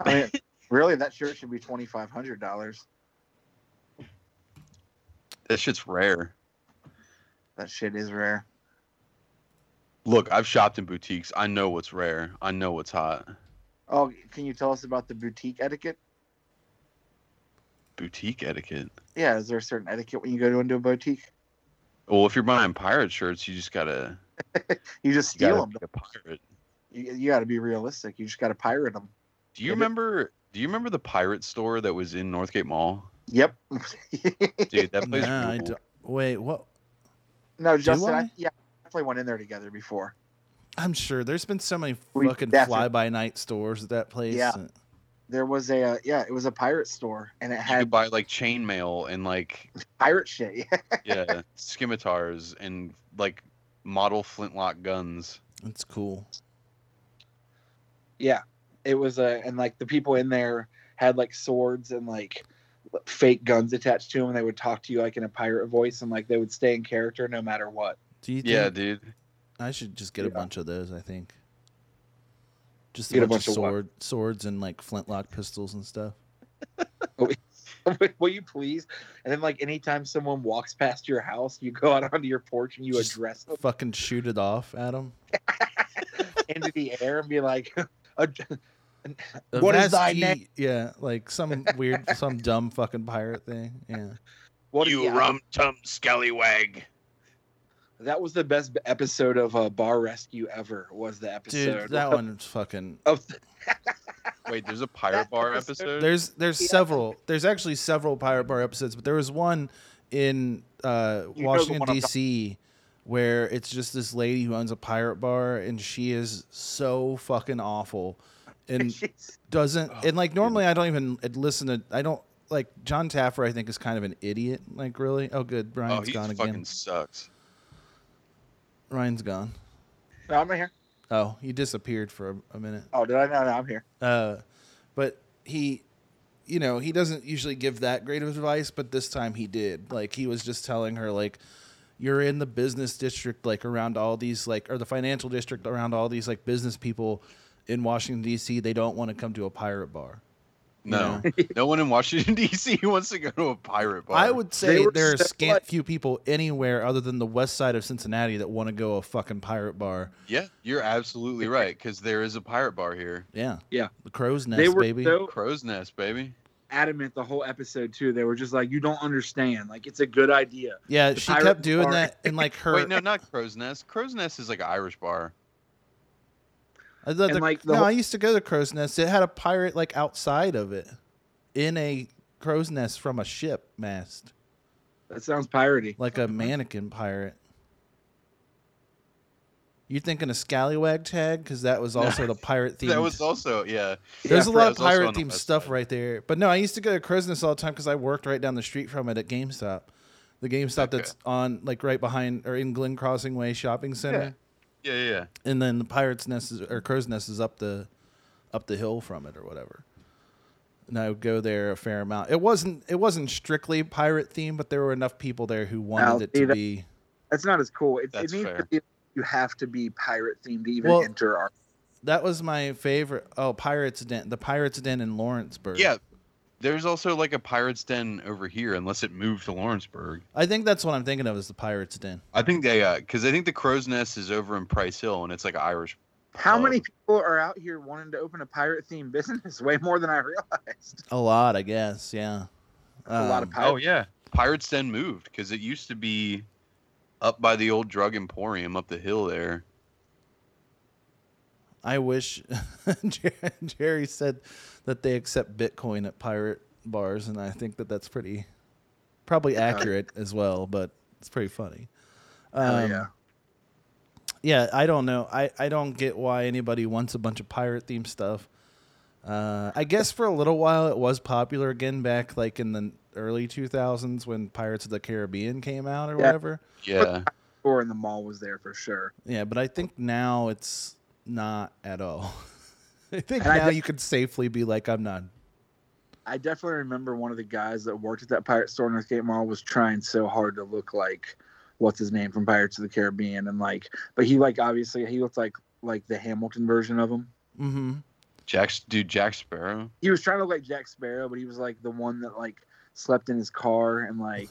I mean, really, that shirt should be twenty five hundred dollars. That shit's rare. That shit is rare. Look, I've shopped in boutiques. I know what's rare. I know what's hot. Oh, can you tell us about the boutique etiquette? Boutique etiquette. Yeah, is there a certain etiquette when you go to into a boutique? Well, if you're buying pirate shirts, you just gotta You just you steal gotta them. be a pirate. You, you got to be realistic. You just got to pirate them. Do you Maybe- remember? Do you remember the pirate store that was in Northgate Mall? Yep. Dude, that place. Nah, I ruled. don't- Wait, what? no, Justin. I? I, yeah, I definitely went in there together before. I'm sure there's been so many We fucking definitely- fly by night stores at that place. Yeah. and- There was a uh, yeah, it was a pirate store and it You could had buy like chainmail and like pirate shit. Yeah. yeah scimitars and like model flintlock guns. It's cool. Yeah, it was a and like the people in there had like swords and like fake guns attached to them. And they would talk to you like in a pirate voice and like they would stay in character no matter what. Do you? Yeah, think- dude. I should just get a Yeah. bunch of those. I think. Just a Get bunch, a of bunch of what? sword, swords and like flintlock pistols and stuff. Will you please? And then like anytime someone walks past your house, you go out onto your porch and you Just address them Fucking shoot it off, Adam. into the air and be like, "Ad- A What vast is thy key- name?" Yeah, like some weird, some dumb fucking pirate thing. Yeah. "What is the- tum scallywag. That was the best episode of uh, Bar Rescue ever. Was the episode? Dude, that one's fucking. Of Wait, there's a pirate That bar episode- episode. There's there's Yeah. several. There's actually several Pirate Bar episodes, but there was one in uh, the Washington one I'm D.C. where it's just this lady who owns a pirate bar, and she is so fucking awful, and Jeez. doesn't Oh, and like normally I don't even listen to I don't like John Taffer. I think is kind of an idiot. Like really? Oh, good. oh, Ryan's he gone fucking again. sucks. Ryan's gone. no, I'm not here. Oh, he disappeared for a, a minute. Oh, did I? No, no, I'm here. Uh, but he, you know, he doesn't usually give that great of advice, but this time he did. Like he was just telling her, like, you're in the business district, like around all these, like, or the financial district around all these, like, business people in Washington D.C. They don't want to come to a pirate bar. you No, know? no one in Washington D.C. wants to go to a pirate bar. I would say were there are so scant like- few people anywhere other than the west side of Cincinnati that want to go a fucking pirate bar. Yeah, you're absolutely right because there is a pirate bar here. Yeah, Yeah. the crow's nest, they were baby. so Crow's Nest, baby. adamant the whole episode too. They were just like, "You don't understand. Like, it's a good idea." yeah, the she pirate kept doing bar. that, and like her. Wait, no, not Crow's Nest. Crow's Nest is like an Irish bar. I thought And, the- like, the no, whole- I used to go to Crow's Nest. It had a pirate like outside of it, in a crow's nest from a ship mast, That sounds piratey. like a mannequin pirate. You thinking a scallywag tag? Because that was also the pirate theme. That was also yeah. There's a lot of Yeah, that was also on the pirate themed west stuff side. right there. But no, I used to go to Crow's Nest all the time because I worked right down the street from it at GameStop, the GameStop Okay. that's on like right behind or in Glen Crossing Way Shopping Center. Yeah, yeah, yeah. and then the pirate's nest is, or crow's nest is up the up the hill from it or whatever and i would go there a fair amount it wasn't it wasn't strictly pirate themed but there were enough people there who wanted I'll it see to that. be That's not as cool. It, it That's needs fair. to be, you have to be pirate themed to even Well- enter our. that was my favorite oh pirates den the pirates den in lawrenceburg Yeah. There's also like a pirate's den over here, unless it moved to Lawrenceburg. i think that's what i'm thinking of is the pirates den I think they, because I think the Crow's Nest is over in Price Hill, and it's like an Irish. How many Um, people are out here wanting to open a pirate themed business? Way more than I realized. a lot i guess yeah a lot of Um, pirates. oh, yeah, Pirate's Den moved because it used to be up by the old drug emporium up the hill there. I wish Jer- Jerry said that they accept Bitcoin at pirate bars, and I think that that's pretty, probably accurate as well. But it's pretty funny. Um, Hell Oh, yeah. Um, yeah, I don't know. I, I don't get why anybody wants a bunch of pirate themed stuff. Uh, I guess for a little while it was popular again back like in the early 2000s when Pirates of the Caribbean came out or Yeah. whatever. Yeah. Or in the mall was there for sure. Yeah, but I think now it's not at all. I think And I now def- you could safely be like, I'm not. I definitely remember one of the guys that worked at that pirate store in Northgate Mall was trying so hard to look like what's his name from Pirates of the Caribbean and like but he like obviously he looked like like the Hamilton version of him. Mm-hmm. Jack, dude, Jack Sparrow. He was trying to look like Jack Sparrow, but he was like the one that like slept in his car and like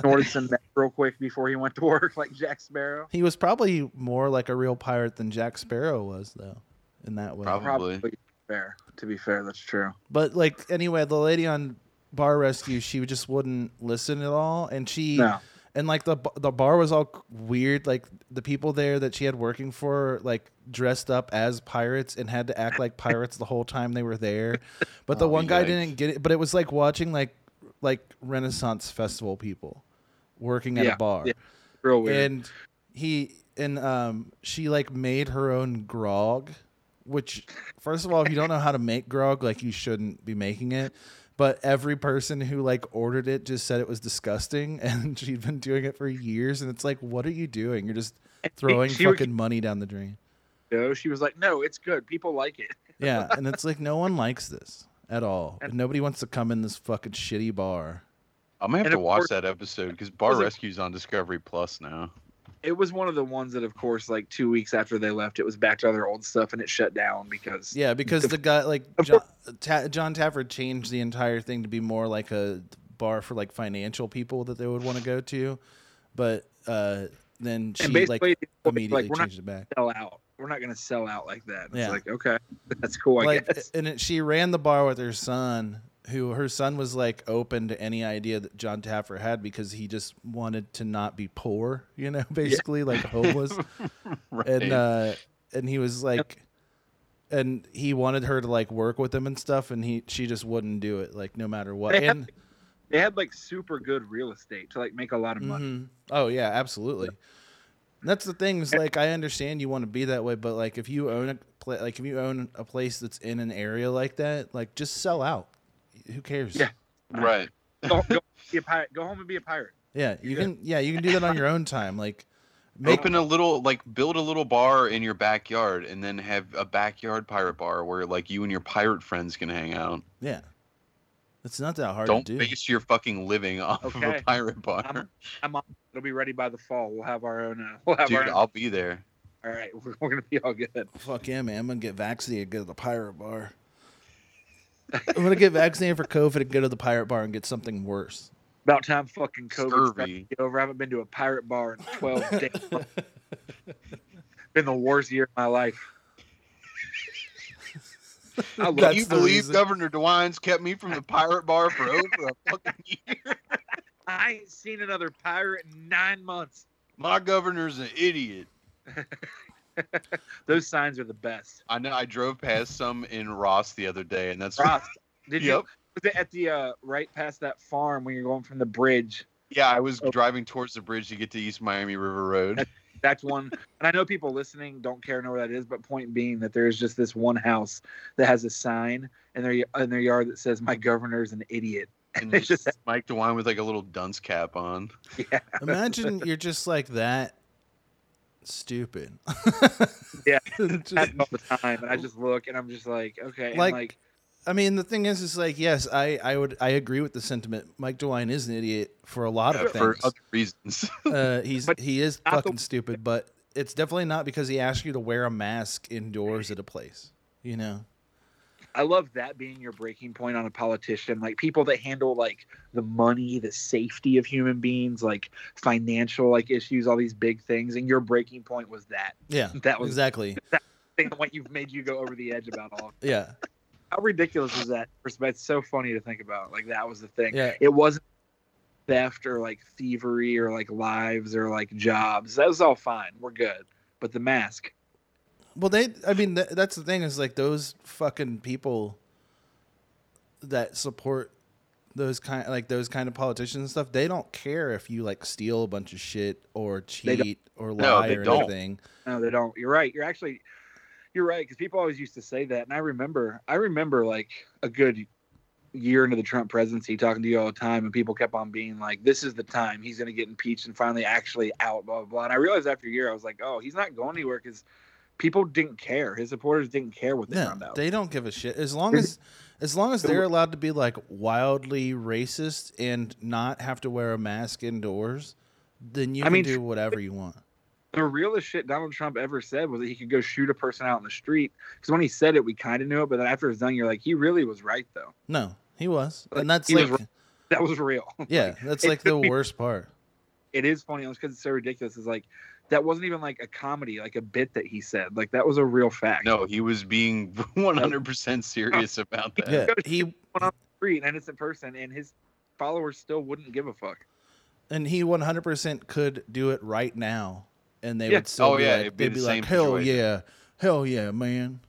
snorted some meth real quick before he went to work like Jack Sparrow. He was probably more like a real pirate than Jack Sparrow was, though, in that way. Probably. fair. To be fair, that's true. But like anyway, the lady on bar rescue, she just wouldn't listen at all, and she No. and like the b- the bar was all weird. Like the people there that she had working for, like dressed up as pirates and had to act like pirates the whole time they were there. But the Oh, one guy yikes. didn't get it. But it was like watching like like Renaissance festival people working at Yeah, a bar. yeah. Real weird. And he and um she like made her own grog, which first of all, if you don't know how to make grog, like you shouldn't be making it. But every person who like ordered it just said it was disgusting, and she'd been doing it for years. And it's like, what are you doing? You're just throwing she would- fucking money down the drain. No, she was like, "No, it's good. People like it." Yeah, and it's like no one likes this at all. Nobody wants to come in this fucking shitty bar. I'm gonna have And to of watch course- that episode because Bar Was it- Rescue's on Discovery Plus now. It was one of the ones that, of course, like two weeks after they left, it was back to other old stuff and it shut down because Yeah, because the guy like Of John, uh, Ta- John Tafford changed the entire thing to be more like a bar for like financial people that they would want to go to, but uh, then she and like basically like, immediately like we're not changed gonna it back. sell out. We're not going to sell out like that. And Yeah. It's like okay, that's cool. I like, guess. and it, she ran the bar with her son, who her son was like open to any idea that John Taffer had because he just wanted to not be poor, you know, basically like homeless. Right. and uh and he was like and he wanted her to like work with him and stuff and he she just wouldn't do it like no matter what They have and They had like super good real estate to like make a lot of money. Mhm. oh yeah absolutely And that's the thing is like i understand you want to be that way but like if you own a pla- like if you own a place that's in an area like that like just sell out who cares Yeah. Right. Mm. Go, go, be a pirate. go home and be a pirate. yeah you can yeah you can do that on your own time like make Open a little, like, build a little bar in your backyard, and then have a backyard pirate bar where, like, you and your pirate friends can hang out. yeah it's not that hard Don't to do base your fucking living off of a Okay. pirate bar, I'm- I'm on. It'll be ready by the fall. We'll have our own. Uh, we'll have dude. our. Own, I'll be there. all right, we're, we're gonna be all good. Fuck yeah, man. I'm going to get vaccinated and go to the pirate bar. I'm going to get vaccinated for COVID and go to the pirate bar and get something worse. About time fucking COVID started Scurvy. to get over. I haven't been to a pirate bar in 12 days. been the worst year of my life. I Can love That's you the believe reason. Governor DeWine's kept me from the pirate bar for over a fucking year? I ain't seen another pirate in nine months. My governor's an idiot. Those signs are the best. I know. I drove past some in Ross the other day, and that's Ross, Yep. did you? Was it at the uh, right past that farm when you're going from the bridge? Yeah, I was Oh. driving towards the bridge to get to East Miami River Road. That's one. and I know people listening don't care know where that is, but point being that there is just this one house that has a sign in their in their yard that says "My governor's an idiot." And It's just just- Mike DeWine with like a little dunce cap on. Yeah. Imagine you're just like that stupid. Yeah. It's just- happens all the time, and I just look and I'm just like, okay, and, Like- like, I mean, the thing is, is like, yes, I, I would, I agree with the sentiment. Mike DeWine is an idiot for a lot of for things. other reasons. uh, he's But he is not the- fucking stupid, but it's definitely not because he asked you to wear a mask indoors at a place. You know, I love that being your breaking point on a politician. Like people that handle like the money, the safety of human beings, like financial like issues, all these big things, and your breaking point was that yeah, That was- exactly, thing that what you've made you go over the edge about all. yeah. How ridiculous is that? It's so funny to think about. Like that was the thing. Yeah. It wasn't theft or like thievery or like lives or like jobs. That was all fine. We're good. But the mask. Well, they. I mean, th- that's the thing is like those fucking people that support those kind like those kind of politicians and stuff. They don't care if you like steal a bunch of shit or They don't. cheat or No, lie they or don't. anything. No, they don't. You're right. You're actually, you're right. Because people always used to say that, and I remember, I remember like a good year into the Trump presidency, talking to you all the time, and people kept on being like, "This is the time he's going to get impeached and finally actually out." Blah blah. blah. And I realized after a year, I was like, "Oh, he's not going anywhere because people didn't care. His supporters didn't care what they No, found out." they don't give a shit as long Is- as as long as they're allowed to be like wildly racist and not have to wear a mask indoors. Then you I can mean, do whatever you want. the realest shit Donald Trump ever said was that he could go shoot a person out in the street. Because when he said it, we kind of knew it, but then after it was done, you're like, he really was right though. No, he was, and that's he was like, right. That was real. yeah, that's it like the took me- worst part. it is funny because it's so ridiculous. Is like that wasn't even like a comedy, like a bit that he said. Like that was a real fact. No, he was being 100% serious about that. Yeah, he Free an innocent person, and his followers still wouldn't give a fuck. and he 100% could do it right now, and they Yeah. would still Oh, be yeah, like, it'd be they'd the be like, same hell situation." yeah, hell yeah, man.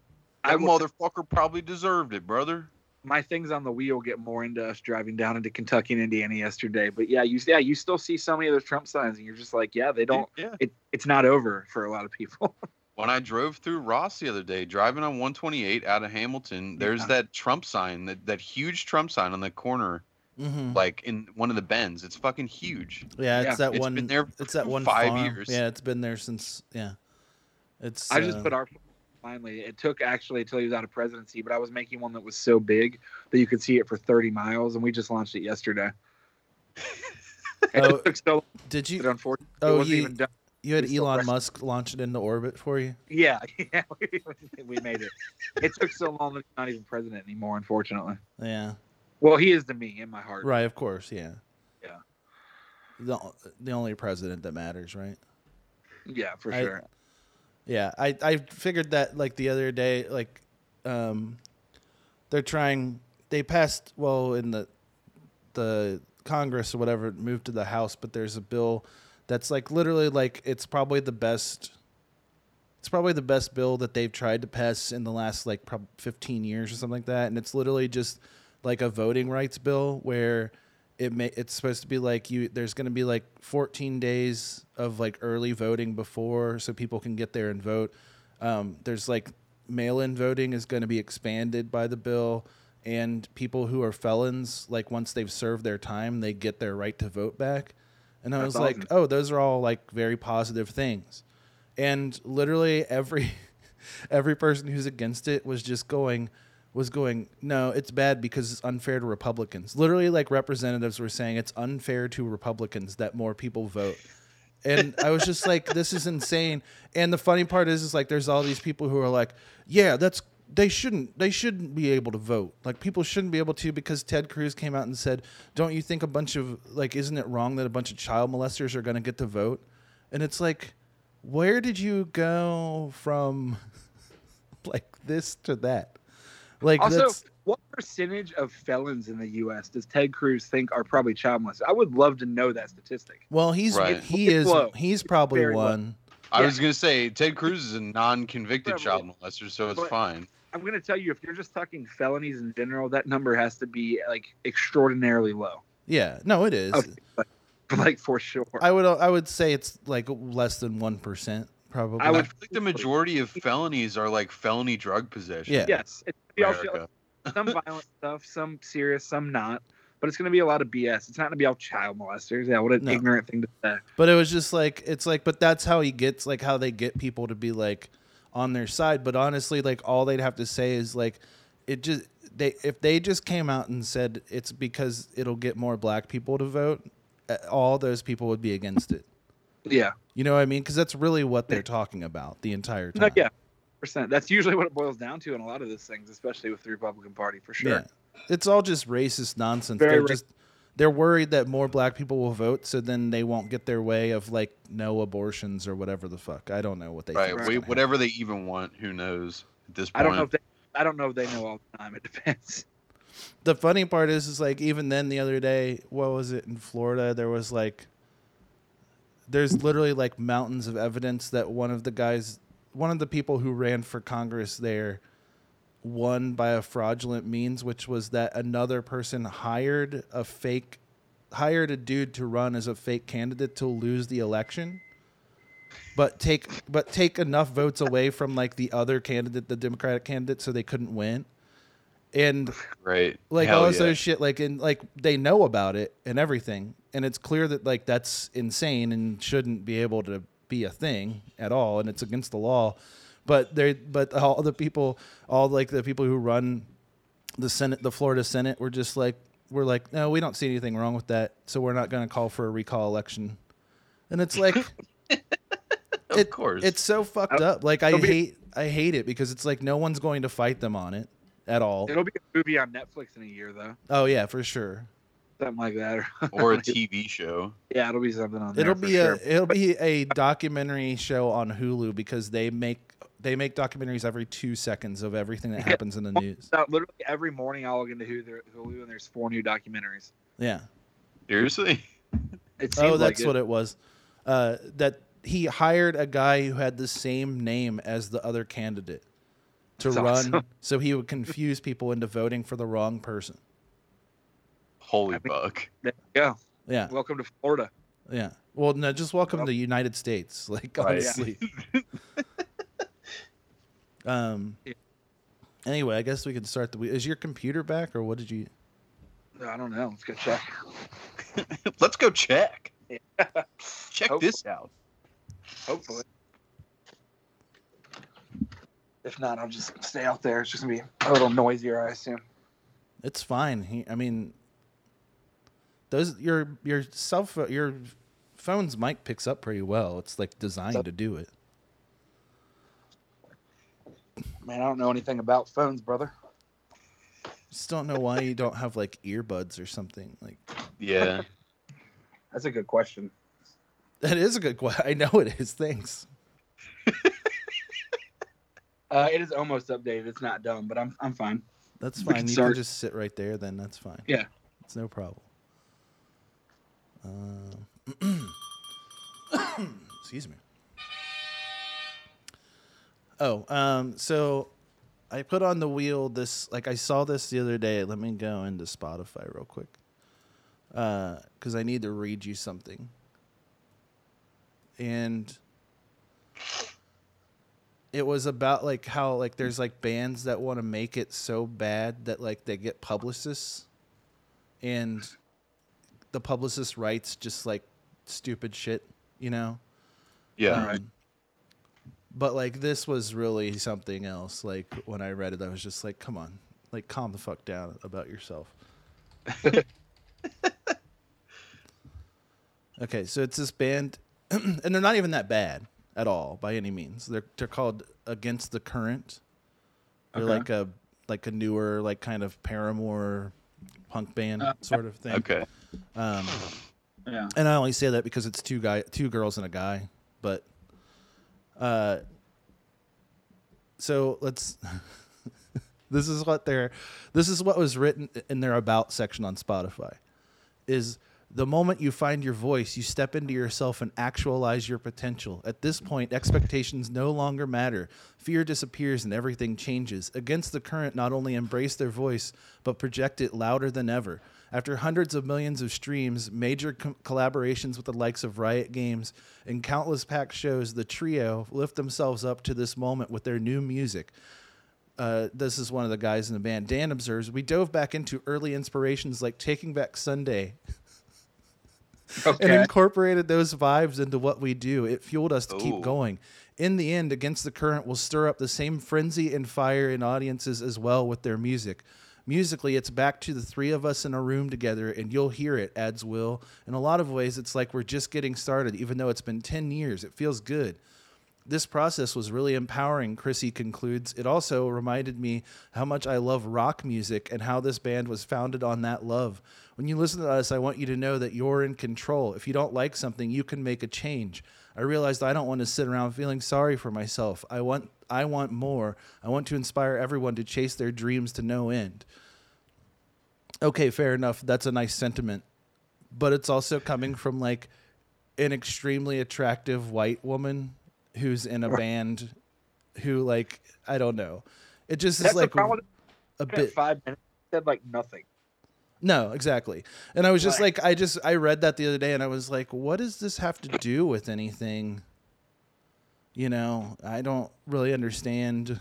I That would- motherfucker probably deserved it, brother. My things on the wheel get more into us driving down into Kentucky and Indiana yesterday. But yeah, you yeah you still see so many of those Trump signs, and you're just like, yeah, they don't. Yeah. It, it's not over for a lot of people. When I drove through Ross the other day, driving on 128 out of Hamilton, there's Yeah. that Trump sign, that, that huge Trump sign on the corner, hmm like in one of the bends. It's fucking huge. Yeah, it's Yeah, that it's one. been there it's that for one five farm. years. Yeah, it's been there since. Yeah, it's. I just uh, put our finally. It took actually until he was out of presidency, but I was making one that was so big that you could see it for 30 miles, and we just launched it yesterday. it Oh, took so long Did that you? unfortunately oh, it wasn't you- even done. You had it's still Elon fresh. Musk launch it into orbit for you. Yeah, yeah, we, we made it. It took so long that he's not even president anymore, unfortunately. Yeah. Well, he is to me in my heart. Right. Of course. Yeah. Yeah. The the only president that matters, right? Yeah, for I- sure. Yeah, I I figured that like the other day, like, um, they're trying. They passed well in the the Congress or whatever it moved to the House, but there's a bill that's like literally like it's probably the best. It's probably the best bill that they've tried to pass in the last like probably 15 years or something like that, and it's literally just like a voting rights bill where it may it's supposed to be like you there's going to be like 14 days of like early voting before so people can get there and vote um, there's like mail-in voting is going to be expanded by the bill and people who are felons like once they've served their time they get their right to vote back and i That's was like awesome. oh those are all like very positive things and literally every every person who's against it was just going was going no it's bad because it's unfair to republicans literally like representatives were saying it's unfair to republicans that more people vote and i was just like this is insane and the funny part is is like there's all these people who are like yeah that's they shouldn't they shouldn't be able to vote like people shouldn't be able to because ted cruz came out and said don't you think a bunch of like isn't it wrong that a bunch of child molesters are going to get to vote and it's like where did you go from like this to that like Also, that's what percentage of felons in the U.S. does Ted Cruz think are probably child molesters? I would love to know that statistic. well he's Right. he is It's low. he's probably very low. one I Yeah. was going to say, Ted Cruz is a non convicted Right, child molester, so it's But- fine. I'm going to tell you, if you're just talking felonies in general, that number has to be like extraordinarily low, yeah no it is Okay. like for sure. i would i would say it's like less than 1% probably I I, would- feel like the majority of felonies are like felony drug possession. Yeah. Yes, it's gonna be all shit like America. some violent stuff, some serious, some not. But it's going to be a lot of BS. It's not going to be all child molesters. Yeah, what an No. ignorant thing to say. But it was just like it's like, but that's how he gets like how they get people to be like on their side. But honestly, like all they'd have to say is like it just they if they just came out and said it's because it'll get more black people to vote, uh, all those people would be against it. Yeah. You know what I mean? Because that's really what they're talking about the entire time. No, yeah. Percent. That's usually what it boils down to in a lot of these things, especially with the Republican Party for sure. It's all just racist nonsense. Very they're ra- just they're worried that more black people will vote, so then they won't get their way of like no abortions or whatever the fuck. I don't know what they Right. think's We, gonna happen. whatever they even want, who knows at this point? I don't know if they, I don't know if they know all the time. It depends. the funny part is is like even then the other day what was it in florida there was like there's literally like mountains of evidence that one of the guys one of the people who ran for Congress there won by a fraudulent means, which was that another person hired a fake hired a dude to run as a fake candidate to lose the election. But take but take enough votes away from like the other candidate, the Democratic candidate, so they couldn't win. And right like Hell all this yeah. other shit like and like they know about it and everything and it's clear that like that's insane and shouldn't be able to be a thing at all and it's against the law but they but all the people all like the people who run the senate the florida senate were just like we're like no we don't see anything wrong with that so we're not going to call for a recall election and it's like of course it's so fucked up like i It'll be- hate i hate it because it's like no one's going to fight them on it at all It'll be a movie on Netflix in a year though, oh yeah for sure something like that. or a TV show. yeah, it'll be something on. It'll there be for a sure. it'll be a documentary show on Hulu because they make they make documentaries every two seconds of everything that happens in the news. So, literally every morning I'll log into Hulu, Hulu and there's four new documentaries. Yeah. Seriously, It seems Oh, that's like what it was. Uh, that he hired a guy who had the same name as the other candidate to That's run, awesome. so he would confuse people into voting for the wrong person. holy fuck! There you go. Yeah, Welcome to Florida. yeah. Well, no, just welcome to the United States. Like Right. honestly. um. Anyway, I guess we can start the. Is your computer back, or what did you? I don't know. Let's go check. Let's go check. Check this out. Hopefully. If not, I'll just stay out there. It's just gonna be a little noisier, I assume. It's fine. He, I mean, those your your cell phone, your phone's mic picks up pretty well. It's like designed to do it. Man, I don't know anything about phones, brother. Just don't know why you don't have like earbuds or something. Like Yeah, That's a good question. that is a good question. I know it is. Thanks. Uh, it is almost updated. It's not done, but I'm I'm fine. That's We can fine. You can start. just sit right there. Then that's fine. Yeah. it's no problem. Um, excuse me. Oh, um, so I put on the wheel this. Like I saw this the other day. Let me go into Spotify real quick because I need to read you something. And it was about like how like there's like bands that want to make it so bad that like they get publicists and the publicist writes just like stupid shit, you know? yeah. Um, But like this was really something else. Like when I read it, I was just like, come on, like calm the fuck down about yourself. okay, so it's this band, and they're not even that bad at all by any means. They're they're called Against the Current. They're Okay. like a like a newer like kind of Paramore punk band sort of thing. Uh, Okay. Um, Yeah. and I only say that because it's two guy, two girls and a guy. But, uh, so let's. this is what they're. This is what was written in their about section on Spotify. Is the moment you find your voice, you step into yourself and actualize your potential. At this point, expectations no longer matter. Fear disappears and everything changes. Against the current, not only embrace their voice, but project it louder than ever. After hundreds of millions of streams, major co- collaborations with the likes of Riot Games, and countless packed shows, the trio lift themselves up to this moment with their new music uh, this is one of the guys in the band. Dan observes, we dove back into early inspirations like Taking Back Sunday and Okay. incorporated those vibes into what we do. It fueled us to keep Ooh. going. In the end, Against the Current will stir up the same frenzy and fire in audiences as well with their music. Musically, it's back to the three of us in a room together, and you'll hear it, adds Will. In a lot of ways, it's like we're just getting started, even though it's been 10 years. It feels good. This process was really empowering, Chrissy concludes. It also reminded me how much I love rock music and how this band was founded on that love. When you listen to us, I want you to know that you're in control. If you don't like something, you can make a change. I realized I don't want to sit around feeling sorry for myself. I want I want more. I want to inspire everyone to chase their dreams to no end. Okay, fair enough. That's a nice sentiment. But it's also coming from like an extremely attractive white woman who's in a band who like I don't know. It just That's is the like problem a bit. Five minutes said like nothing. No, exactly. And I was just Right. like, I just I read that the other day, and I was like, what does this have to do with anything? You know, I don't really understand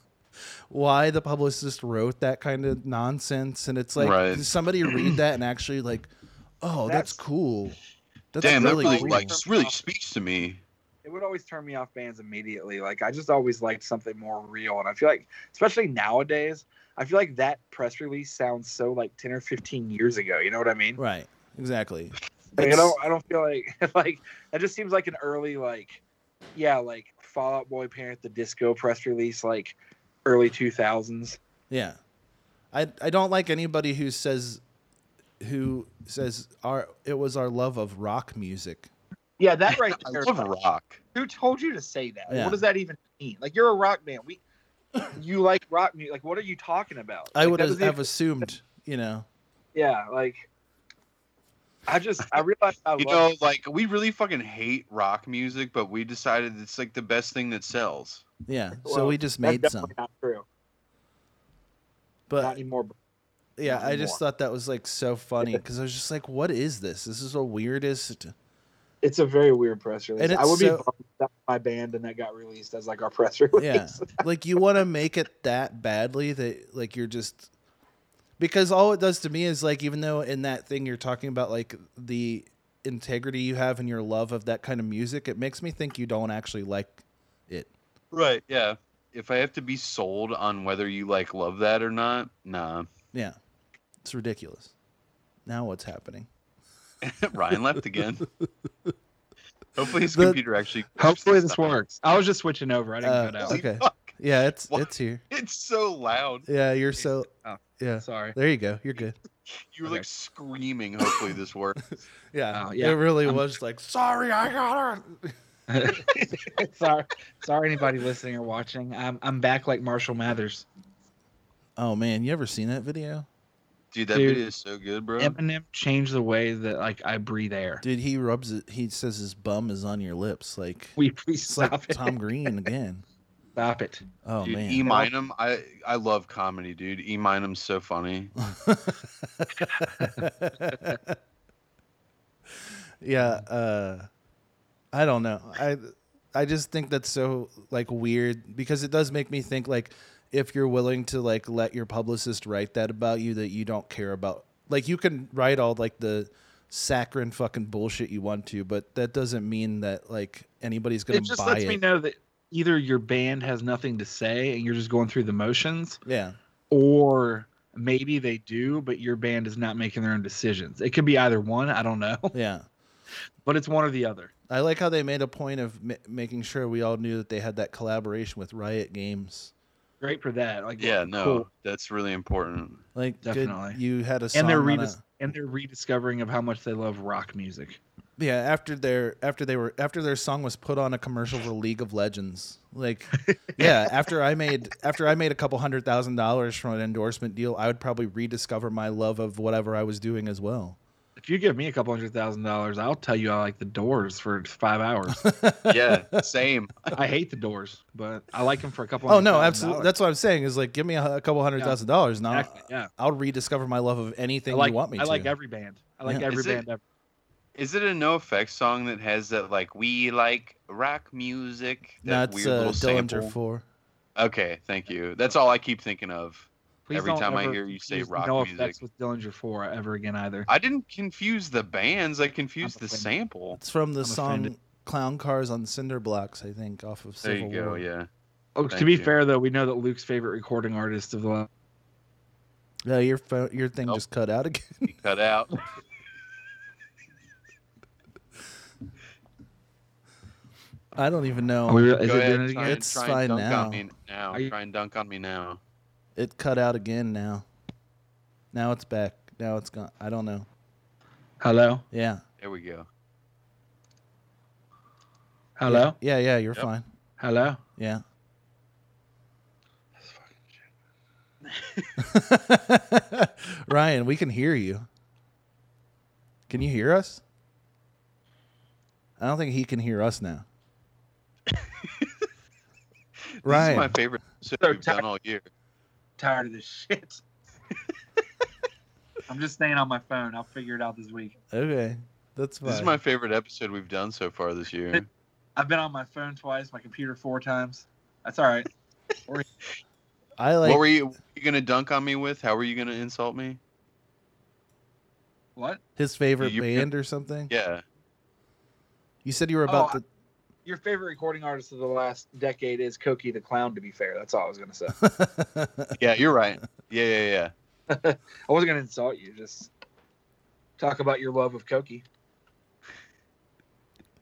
why the publicist wrote that kind of nonsense. And it's like, Right. did somebody read that and actually like, oh, that's, cool. That's Damn, really, that really cool. like really speaks to me. It would always turn me off bands immediately. Like I just always liked something more real, and I feel like, especially nowadays, I feel like that press release sounds so like ten or fifteen years ago. You know what I mean? right, exactly. Like, I It's- don't. I don't feel like like that. Just seems like an early like, yeah, like Fallout Boy Parent the Disco press release, like early two thousands. Yeah. I I don't like anybody who says who says our it was our love of rock music. Yeah, that right I there. love rock. Who told you to say that? Yeah. What does that even mean? Like you're a rock band. We, you like rock music. Like what are you talking about? I Like, would that have, doesn't even- assumed, you know. Yeah, like I just I realized I You know, love like we really fucking hate rock music, but we decided it's like the best thing that sells. Yeah. so Well, we just that's made definitely some. Not true. Not But anymore. but yeah, not I just anymore. thought that was like so funny cuz I was just like what is this? This is the weirdest It's a very weird press release. And I it's would be so- bummed if that was my band and that got released as like our press release. Yeah. like you want to make it that badly that like you're just because all it does to me is like even though in that thing you're talking about like the integrity you have and your love of that kind of music, it makes me think you don't actually like it. Right. Yeah. If I have to be sold on whether you like love that or not, nah. Yeah. It's ridiculous. Now what's happening? Ryan left again. Hopefully his The- computer actually. Hopefully works this time. works. I was just switching over. I didn't Uh, cut out. Holy Okay. fuck, Yeah, it's Why- it's here. It's so loud. Yeah, you're so Oh. yeah. Sorry. There you go. You're good. You were Okay. like screaming. Hopefully this works. Yeah. Oh, yeah. It really I'm- was like, sorry, I got her. sorry, sorry, anybody listening or watching. I'm I'm back like Marshall Mathers. Oh man, you ever seen that video? Dude, that Dude. video is so good, bro. Eminem changed the way that like I breathe air. Dude, he rubs it he says his bum is on your lips like we please it's stop like it. Tom Green again. Stop it. Oh dude, man. E Minum, I I love comedy, dude. E Minum's so funny. yeah, uh I don't know. I I just think that's so like weird because it does make me think like if you're willing to like let your publicist write that about you that you don't care about. Like you can write all like the saccharine fucking bullshit you want to, but that doesn't mean that like anybody's going It to just buy lets it. me know that either your band has nothing to say and you're just going through the motions, Yeah. or maybe they do, but your band is not making their own decisions. It could be either one. I don't know, Yeah. but it's one or the other. I like how they made a point of m- making sure we all knew that they had that collaboration with Riot Games. Great for that. Like Yeah, no, cool. that's really important. Like, good- Definitely. you had a song And they're on redis- a- and they're rediscovering of how much they love rock music. yeah after their after they were after their song was put on a commercial for League of Legends. Like, yeah, after I made after I made a couple hundred thousand dollars from an endorsement deal, I would probably rediscover my love of whatever I was doing as well. If you give me a couple hundred thousand dollars, I'll tell you I like the Doors for five hours. Yeah, same. I hate the Doors, but I like them for a couple. Oh hundred no, thousand absolutely. dollars. That's what I'm saying is like, give me a, hu- a couple hundred Yeah. thousand dollars, and I'll, Exactly, yeah. I'll rediscover my love of anything I like. you want me I to. like every band. I like Yeah. every Is it- band. Ever. Is it a No Effects song that has that like we like rock music? no, That it's uh, Dillinger sample? Four. Okay, thank you. That's all I keep thinking of. Please Every don't time I ever hear you say confuse rock no music. effects with Dillinger Four ever again either. I didn't confuse the bands. I confused the offended. sample. It's from the I'm song offended. "Clown Cars on Cinder Blocks," I think, off of There Civil you go. War. Yeah. Oh, Thank to be you. fair though, we know that Luke's favorite recording artist of the last. No, your phone, your thing Nope. just cut out again. He cut out. I don't even know. Are we, is Go it ahead, doing it try again? and- It's try and fine dunk now. On me now. Are you- Try and dunk on me now. It cut out again now. Now it's back. Now it's gone. I don't know. Hello, Yeah. There we go. hello, Yeah, yeah. You're Yep. fine. hello. Yeah. Ryan, we can hear you. Can you hear us? I don't think he can hear us now. Ryan. This is my favorite episode So we've done tired. all year. Tired of this shit. I'm just staying on my phone. I'll figure it out this week. Okay, that's fine. This is my favorite episode we've done so far this year. I've been on my phone twice, my computer four times. That's all right. I like. what were you, you going to dunk on me with? How were you going to insult me? What? His favorite You- you- band or something? Yeah. You said you were about Oh, to. Your favorite recording artist of the last decade is Cokie the Clown, to be fair. That's all I was going to say. Yeah, you're right. Yeah, yeah, yeah. I wasn't going to insult you. Just talk about your love of Cokie.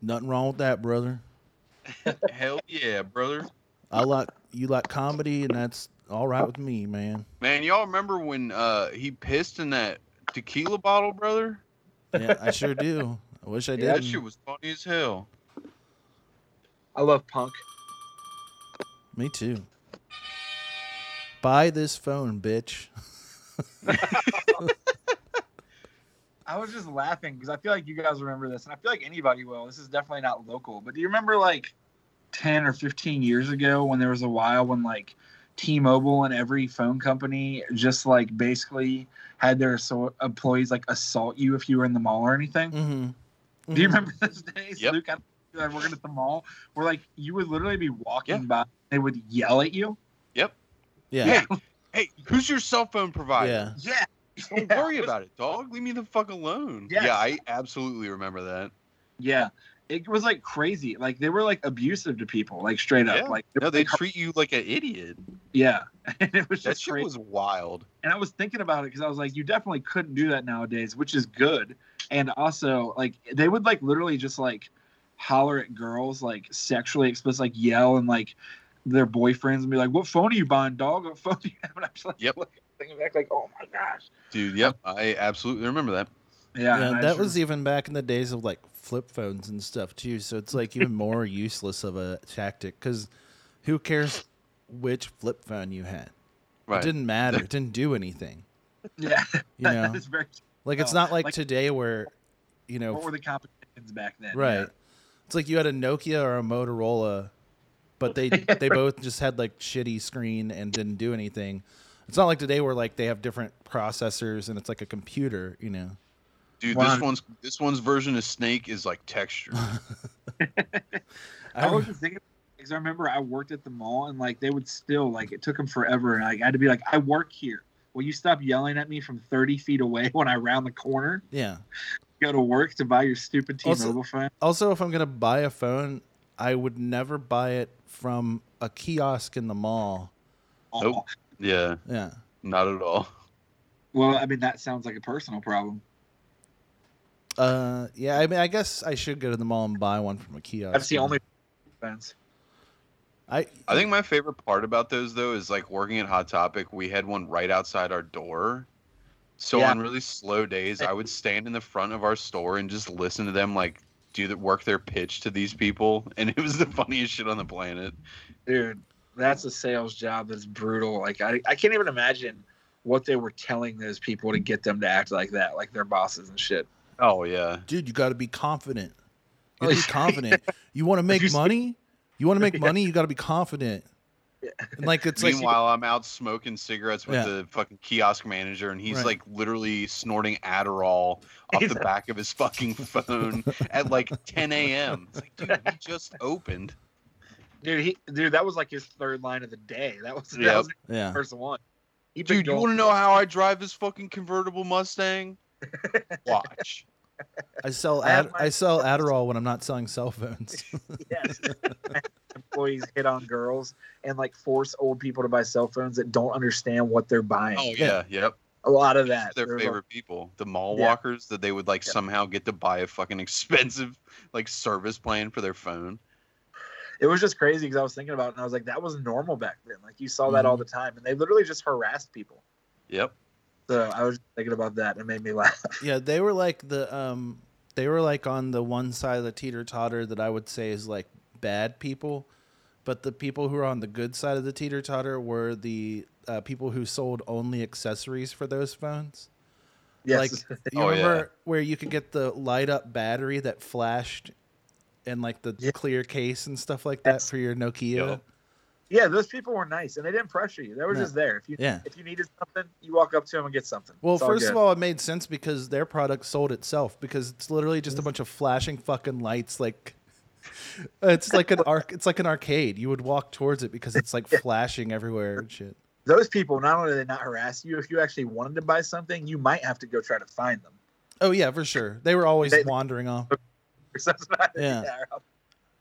Nothing wrong with that, brother. Hell yeah, brother. I like you like comedy, and that's all right with me, man. Man, y'all remember when uh, he pissed in that tequila bottle, brother? Yeah, I sure do. I wish I Yeah, didn't. that shit was funny as hell. I love punk. Me too. Buy this phone, bitch. I was just laughing because I feel like you guys remember this, and I feel like anybody will. This is definitely not local, but do you remember like ten or fifteen years ago when there was a while when like T-Mobile and every phone company just like basically had their so- employees like assault you if you were in the mall or anything? Mm-hmm. Do you remember those days, Yep. Luke? I don't, like, working at the mall, where like you would literally be walking by, they would yell at you. Yeah. Hey, who's your cell phone provider? Yeah. Yeah, Don't Yeah. worry about it, dog. Leave me the fuck alone. Yes. Yeah, I absolutely remember that. yeah. It was like crazy. Like they were like abusive to people, like straight up. Yeah. Like No, they treat you like an idiot. yeah, and it was That just shit crazy. was wild. and I was thinking about it because I was like, you definitely couldn't do that nowadays, which is good. And also, like, they would like literally just like holler at girls, like sexually explicit, like yell and like their boyfriends and be like, "What phone are you buying, dog? What phone do you have?" And I'm just like, Yep. looking- thinking back, like, "Oh my gosh." Dude, yep. I absolutely remember that. Yeah, and I that just- was even back in the days of like flip phones and stuff too. So it's like even more useless of a tactic because who cares which flip phone you had? Right. It didn't matter. It didn't do anything. yeah, You know, that is very. like it's no, not like, like- today where, you know, What were the competitions back then? right? Yeah. It's like you had a Nokia or a Motorola, but they they both just had like shitty screen and didn't do anything. It's not like today where like they have different processors and it's like a computer, you know. Dude, Wow. this one's this one's version of Snake is like texture. I Oh. was just thinking because I remember I worked at the mall and like they would still like it took them forever and like, I had to be like I work here. Will you stop yelling at me from thirty feet away when I round the corner? yeah. Go to work to buy your stupid Also- T-Mobile phone. Also, if I'm gonna buy a phone, I would never buy it from a kiosk in the mall. Aw. Nope. yeah, Yeah. not at all. Well, I mean that sounds like a personal problem. Uh, yeah. I mean, I guess I should go to the mall and buy one from a kiosk. That's the only offense. I I think my favorite part about those though is like working at Hot Topic, we had one right outside our door. So Yeah. on really slow days, I would stand in the front of our store and just listen to them like do the work their pitch to these people, and it was the funniest shit on the planet. Dude, that's a sales job that's brutal. Like I, I can't even imagine what they were telling those people to get them to act like that, like their bosses and shit. Oh yeah, dude, you got to be confident. You gotta be confident. You want to make money. You want to make money. You got to be confident. And like it's like Meanwhile, I'm out smoking cigarettes with Yeah. the fucking kiosk manager, and he's Right. like literally snorting Adderall off the back of his fucking phone at like 10 a.m. It's like, dude, we just opened. Dude, he, dude, that was like his third line of the day. That was that Yep. was yeah. first one. He Dude, picked you Joel- want to know how I drive this fucking convertible Mustang? Watch. I sell I have Ad- my- I sell Adderall when I'm not selling cell phones. Yes. employees hit on girls and like force old people to buy cell phones that don't understand what they're buying. Oh yeah, yep. A lot of that. Their They're like, favorite people, the mall Yeah. walkers, that they would like Yeah. somehow get to buy a fucking expensive like service plan for their phone. it was just crazy because I was thinking about it and I was like, that was normal back then. Like you saw that all Mm-hmm. the time, and they literally just harassed people. Yep. So I was thinking about that and it made me laugh. Yeah, they were like the um they were like on the one side of the teeter totter that I would say is like bad people, but the people who were on the good side of the teeter totter were the uh, people who sold only accessories for those phones. Yes. Like you Oh, yeah. remember where you could get the light up battery that flashed and like the Yeah. clear case and stuff like that Yes. for your Nokia. Yup. Yeah, those people were nice and they didn't pressure you. They were No. just there. If you Yeah. if you needed something, you walk up to them and get something. Well, It's all first of good. all, it made sense because their product sold itself because it's literally just a bunch of flashing fucking lights. Like it's like an arc. It's like an arcade. You would walk towards it because it's like flashing everywhere and shit. those people not only did they not harass you, if you actually wanted to buy something, you might have to go try to find them. Oh yeah, for sure. They were always They- wandering off. Or something. Yeah.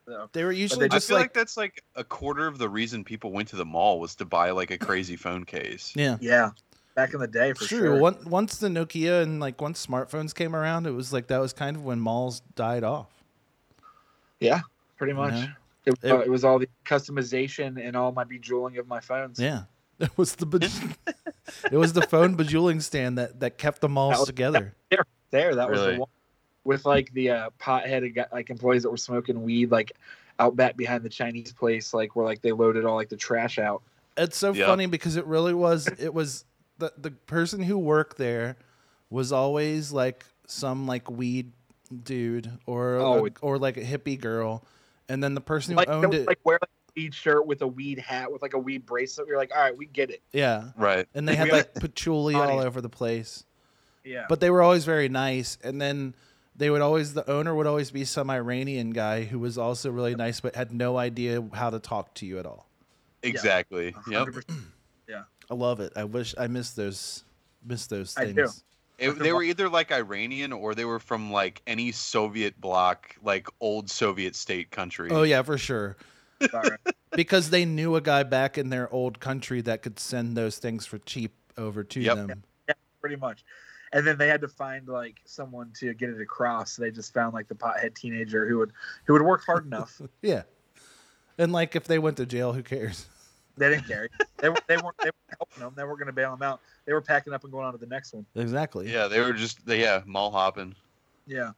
So, They were usually they I just feel like, like, that's like a quarter of the reason people went to the mall was to buy like a crazy phone case. yeah. yeah, back in the day for True. sure. Once once the Nokia and like once smartphones came around, it was like that was kind of when malls died off. Yeah, pretty much. Yeah. It, It- uh, it was all the customization and all my bejeweling of my phones. Yeah, it was the bej- it was the phone bejeweling stand that that kept the malls That was- together. there, there that was Really? the one with like the uh, potheaded guy, like employees that were smoking weed like out back behind the Chinese place, like where like they loaded all like the trash out. It's so Yeah. funny because it really was. It was the the person who worked there was always like some like weed dude or a- Oh, it- or like a hippie girl, and then the person who Like, owned they it, would, like wear like a weed shirt with a weed hat with like a weed bracelet. You're like, all right, we get it. yeah, Right. and they had We are- like patchouli all Audience. over the place. Yeah, But they were always very nice, and then they would always the owner would always be some Iranian guy who was also really nice but had no idea how to talk to you at all. Exactly. Yep. 100%. I love it. I wish I missed those missed those I things. do. It- they were either like Iranian or they were from like any Soviet bloc, like old Soviet state country. Oh yeah, for sure. All right. Because they knew a guy back in their old country that could send those things for cheap over to Yep. them. pretty much. And then they had to find like someone to get it across. So they just found like the pothead teenager who would who would work hard enough. Yeah. And like if they went to jail, who cares? They didn't care. They, were- they weren't they weren't helping them. They weren't going to bail them out. They were packing up and going on to the next one. Exactly. Yeah, they were just they, yeah mall hopping. Yeah.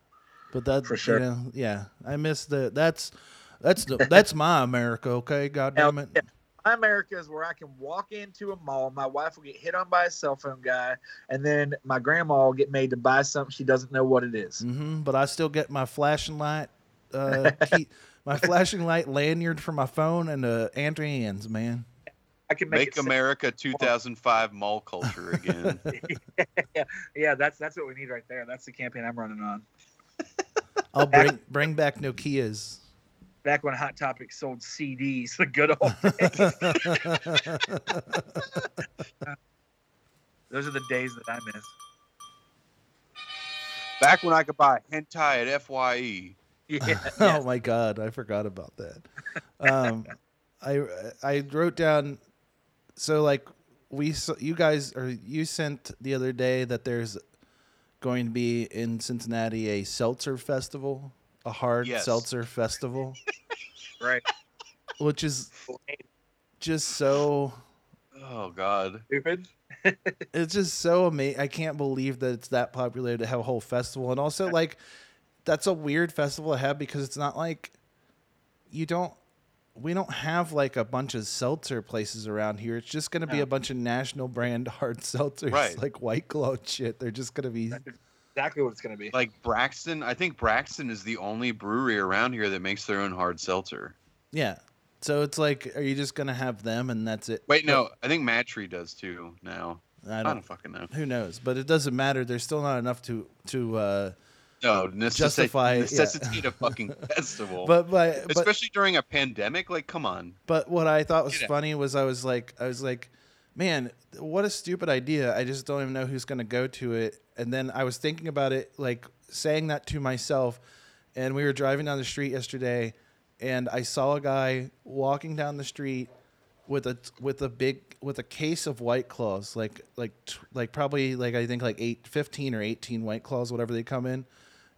But that For sure. you know, yeah. I miss the that's that's the, that's my America, okay? God damn it. yeah. My America is where I can walk into a mall. My wife will get hit on by a cell phone guy, and then my grandma will get made to buy something she doesn't know what it is. hmm But I still get my flashing light uh key, my flashing light lanyard for my phone and uh Anthony Ann's, man. I can make, Make it sound- America 2005 mall culture again. Yeah, that's that's what we need right there. That's the campaign I'm running on. I'll bring bring back Nokia's. Back when Hot Topic sold CDs, the good old those are the days that I miss. Back when I could buy hentai at E. Fye. Yeah, oh my god, I forgot about that. Um, I I wrote down so like we s- you guys or you sent the other day that there's going to be in Cincinnati a seltzer festival, a hard Yes. seltzer festival, right. which is just so Oh God. Stupid. it's just so amazing. I can't believe that it's that popular to have a whole festival. And also, like, that's a weird festival to have because it's not like you don't, we don't have like a bunch of seltzer places around here. It's just going to be No. a bunch of national brand hard seltzers, Right. like White Claw and shit. They're just going to be, Exactly what it's gonna be. Like Braxton, I think Braxton is the only brewery around here that makes their own hard seltzer. yeah. So it's like, are you just going to have them and that's it? Wait, no, I think Matry does too now. I I don't, don't fucking know. who knows? But it doesn't matter. There's still not enough to, to, uh, No, necessi- Justify- yeah. necessitate a fucking festival. but, but, but, especially during a pandemic. Like, come on. But what I thought was Get out. funny was I was like, I was like, man, what a stupid idea. I just don't even know who's going to go to it. And then I was thinking about it, like saying that to myself. And we were driving down the street yesterday, and I saw a guy walking down the street with a with a big with a case of white claws, like like t- like probably like I think like eight, 15 or eighteen white claws, whatever they come in.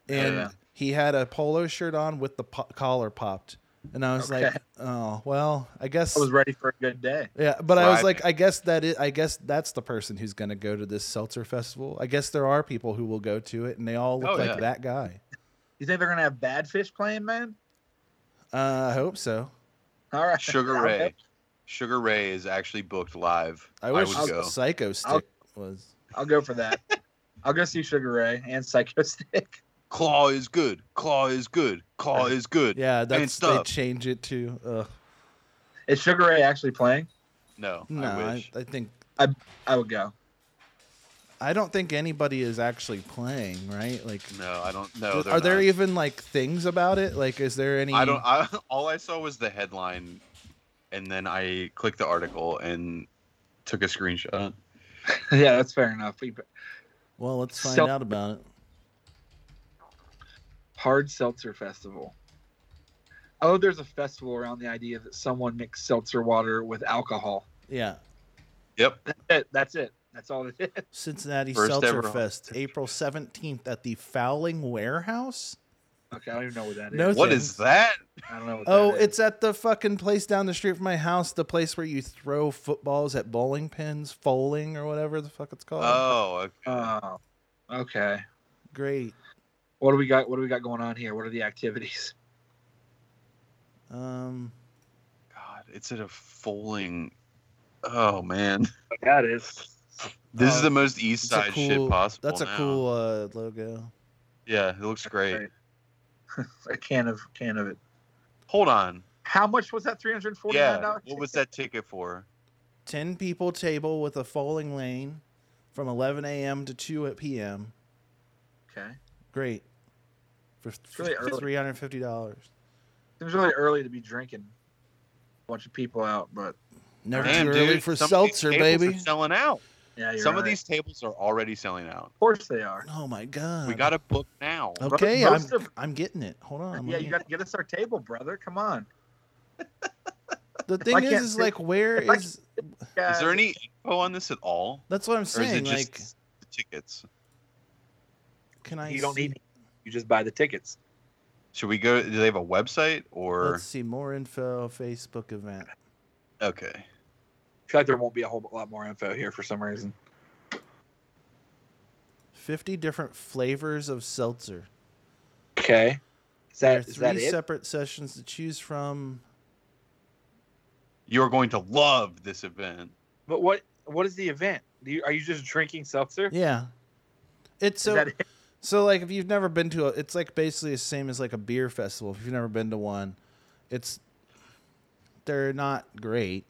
And Oh, yeah. he had a polo shirt on with the po- collar popped, and I was like, Okay. oh well, I guess I was ready for a good day. yeah, but I was Thriving. like, I guess that is, I guess that's the person who's going to go to this seltzer festival. I guess there are people who will go to it, and they all look Oh, like yeah. that guy. You think they're gonna have bad fish playing, man? Uh, I hope so. All right. Sugar I'll go- Ray. Sugar Ray is actually booked live. I wish would go. Psycho Stick was. I'll go for that. I'll go see Sugar Ray and Psycho Stick. Claw is good. Claw is good. Claw is good. Yeah, that's they stuff. change it to. Uh, Is Sugar Ray actually playing? No, No, I, I think I I would go. I don't think anybody is actually playing, right? Like, no, I don't know. are there even like things about it? Like, is there any? I don't. I, all I saw was the headline, and then I clicked the article and took a screenshot. yeah, that's fair enough. We- Well, let's find Self- out about it. Hard Seltzer Festival. Oh, there's a festival around the idea that someone mixed seltzer water with alcohol. Yeah, Yep. That- That's it. That's all it is. Cincinnati First Seltzer ever- Fest, April seventeenth at the Fowling Warehouse. Okay, I don't even know what that is. No What thanks. is that? I don't know. What Oh, that is. it's at the fucking place down the street from my house, the place where you throw footballs at bowling pins, foaling or whatever the fuck it's called. Oh, okay. Oh, okay. Great. What do we got? What do we got going on here? What are the activities? Um, God, it's at a foaling. Oh man, That is. this is Oh, the most East it's Side a cool, shit possible. That's a now. cool uh, logo. Yeah, it looks great. great. A can of can of it. Hold on. How much was that? Three hundred forty-nine Yeah, dollars. what was that ticket for? Ten people table with a foaling lane, from eleven a.m. to two p.m. Okay. Great. For really early. three hundred fifty dollars. Seems really early to be drinking. A bunch of people out, but Never Damn, too dude, early for some of these seltzer, tables are baby. selling out. yeah, you're Some of right. these tables are already selling out. Of course they are. Oh my god. We got to book now. Okay, I'm, Most of- I'm getting it. Hold on. I'm yeah, looking you at- got to get us our table, brother. Come on. the thing is, can't is do- like where if I is? Yeah. Is there any info on this at all, That's what I'm or is it saying. just Like, the tickets? can I? You don't see- need. You just buy the tickets. Should we go? Do they have a website or? Let's see more info. Facebook event. Okay. I feel like there won't be a whole lot more info here for some reason. Fifty different flavors of seltzer. Okay. Is There are that is that three it? separate sessions to choose from. You're going to love this event. But what what is the event? Do you, are you just drinking seltzer? Yeah, it's Is so. that it? So like if you've never been to a it's like basically the same as like a beer festival. If you've never been to one, it's they're not great.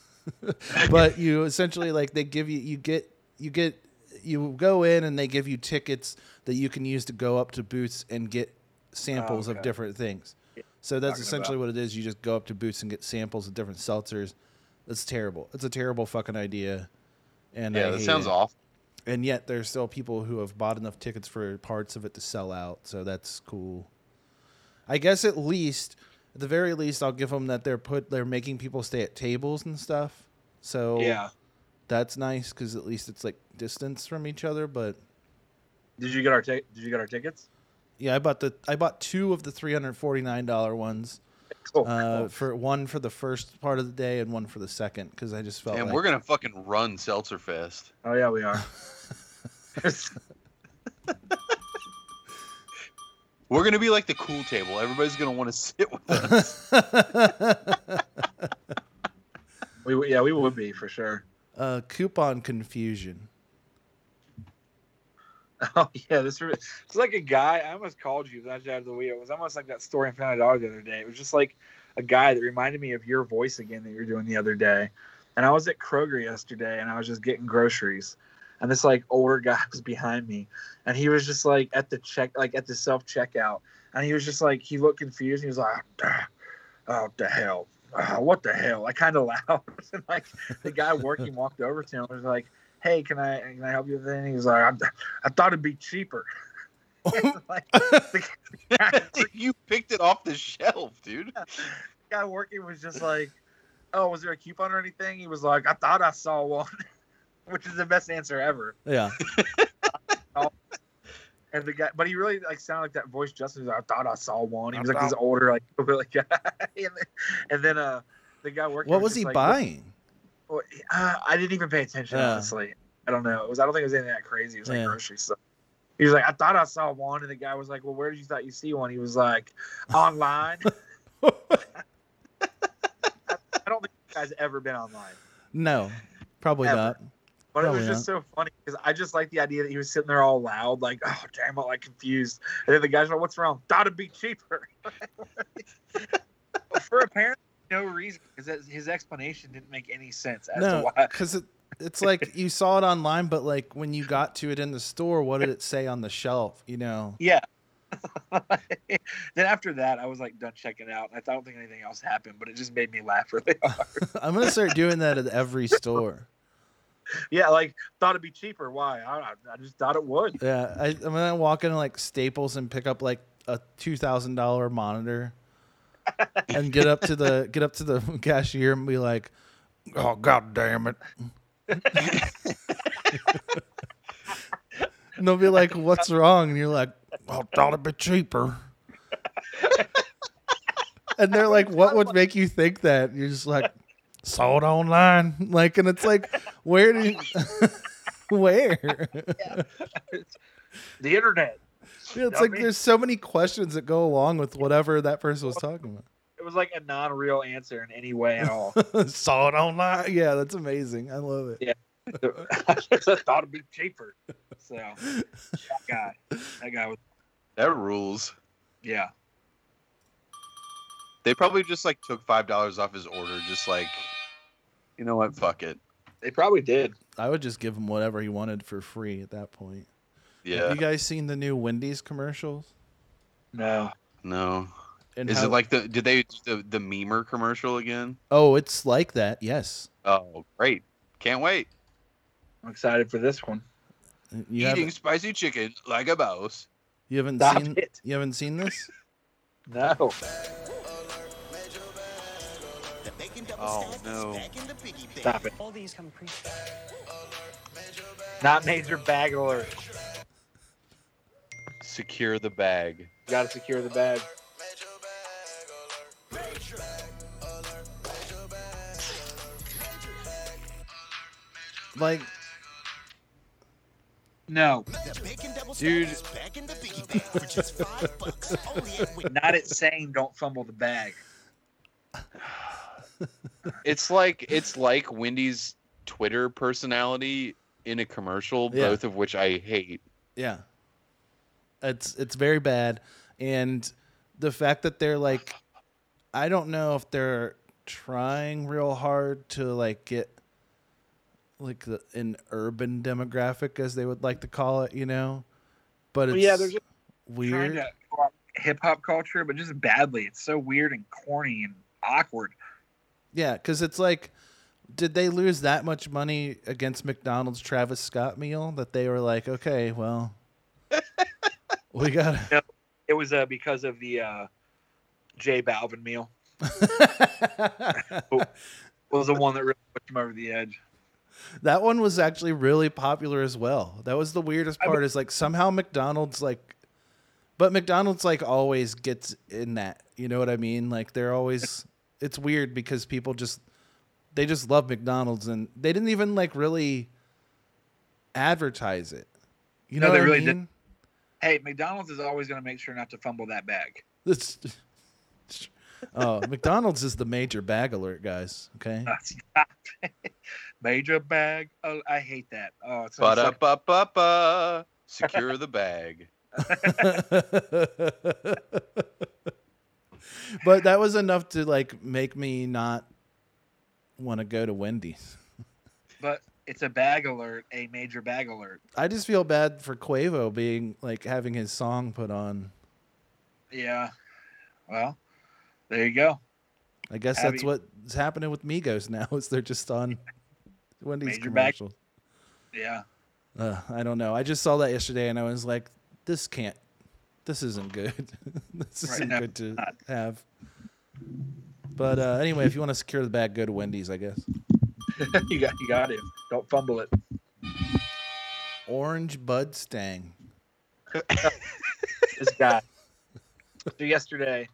but you essentially like they give you you get you get you go in and they give you tickets that you can use to go up to booths and get samples of okay. different things. So that's Talking essentially what it is. You just go up to booths and get samples of different seltzers. That's terrible. It's a terrible fucking idea. And yeah, I that hate sounds it awful. and yet there's still people who have bought enough tickets for parts of it to sell out so that's cool i guess at least at the very least i'll give them that they're put they're making people stay at tables and stuff so Yeah. that's nice because at least it's like distance from each other but Did you get our ta- Did you get our tickets? yeah i bought the i bought two of the $349 ones Cool. uh, Oh, cool. for one for the first part of the day and one for the second because i just felt And like- we're gonna fucking run Seltzer Fest. Oh yeah, we are. We're gonna be like the cool table. Everybody's gonna want to sit with us. we would- yeah we would be for sure. uh, coupon confusion Oh yeah, this re- it's like a guy. I almost called you. Not out of the wheel. It was almost like that story in Family Dollar the other day. It was just like a guy that reminded me of your voice again that you were doing the other day. And I was at Kroger yesterday, and I was just getting groceries, and this like older guy was behind me, and he was just like at the check, like at the self checkout, and he was just like he looked confused. And he was like, "Ah, "Oh the hell." "Ah, what the hell? Like kind of loud. and like the guy working walked over to him and was like, "Hey, can I can I help you with anything?" He was like, "I'm I thought it'd be cheaper. like, the guy, you picked it off the shelf, dude. guy working was just like, "Oh, was there a coupon or anything?" He was like, "I thought I saw one," which is the best answer ever. yeah And the guy, but he really like sounded like that voice. Justin, he was like, "I thought I saw one." He was like this older, like hillbilly guy. and, then, and then, uh, the guy working. what was just he like, buying "Well, Uh, I didn't even pay attention. Yeah. Honestly, I don't know. It was. I don't think it was anything that crazy. It was like Yeah. grocery stuff. He was like, "I thought I saw one," and the guy was like, "Well, where did you thought you see one?" He was like, "Online." I don't think this guy's ever been online. no probably Ever. not But it was Probably just so funny because I just like the idea that he was sitting there all loud, like, oh, damn, I'm like confused. And then the guy's like, what's wrong? Thought it'd be cheaper. for apparently no reason because his explanation didn't make any sense as to no, why. because it, it's like you saw it online, but like when you got to it in the store, what did it say on the shelf? You know, Yeah. then after that, I was like done checking out. I don't think anything else happened, but it just made me laugh really hard. I'm gonna start doing that at every store. yeah, like thought it'd be cheaper. Why? I, I- I just thought it would. Yeah, I, I'm gonna walk into like Staples and pick up like a two thousand dollar monitor, and get up to the get up to the cashier and be like, "Oh god damn it!" and they'll be like, "What's wrong?" And you're like, "I thought it'd be cheaper." and they're like, "What would make you think that?" And you're just like, "Saw it online." Like, and it's like, where do? You, where? The internet. Yeah, it's Dummy. like there's so many questions that go along with whatever that person was talking It was like a non-real answer in any way at all. about. Saw it online. Yeah, that's amazing. I love it. I just thought it'd be cheaper. So that guy, that guy was That rules. yeah. They probably just like took five dollars off his order, just like, you know what? Fuck it. They probably did. I would just give him whatever he wanted for free at that point. Yeah. Have you guys seen the new Wendy's commercials? No. No. And Is how- it like the? Did they do the the memer commercial again? Oh, it's like that. Yes. Oh, great! Can't wait. I'm excited for this one. You Eating haven't, spicy chicken like a mouse. you haven't Stop seen it. you haven't seen this? No. Oh no! Stop it. Not major bag alert. Secure the bag. Gotta secure the bag. Like, No. dude, Not it saying don't fumble the bag. It's like it's like Wendy's Twitter personality in a commercial, Yeah. both of which I hate. yeah. It's it's very bad, and the fact that they're like, I don't know if they're trying real hard to like get like the, an urban demographic as they would like to call it, you know. But Well, it's yeah, they're just Trying weird. to hip hop culture, but just badly. It's so weird and corny and awkward. Yeah, because it's like, did they lose that much money against McDonald's Travis Scott meal that they were like, okay, well, we got to. It was uh, because of the uh, J Balvin meal. Was the one that really pushed him over the edge. that one was actually really popular as well. That was the weirdest I part is like somehow McDonald's like, but McDonald's like always gets in that. You know what I mean? Like they're always. It's weird because people just they just love McDonald's and they didn't even like really advertise it. You No, know they what really I mean? didn't. Hey, McDonald's is always going to make sure not to fumble that bag. This. Oh, McDonald's is the major bag alert, guys. Uh, Okay. Major bag. Oh, I hate that. Oh, it's Ba so da ba ba ba. Secure the bag. but that was enough to like make me not want to go to Wendy's. but it's a bag alert, a major bag alert. I just feel bad for Quavo being like having his song put on. Yeah. Well, there you go. I guess Abby- that's what's happening with Migos now. Is they're just on Wendy's Major bag- commercials. Yeah. Uh, I don't know. I just saw that yesterday and I was like, this can't, this isn't good. this Right, isn't no, good to not. have. But uh, anyway, if you want to secure the bag, go to Wendy's, I guess. you got you got it. Don't fumble it. Orange Bud Stang. This guy. so yesterday,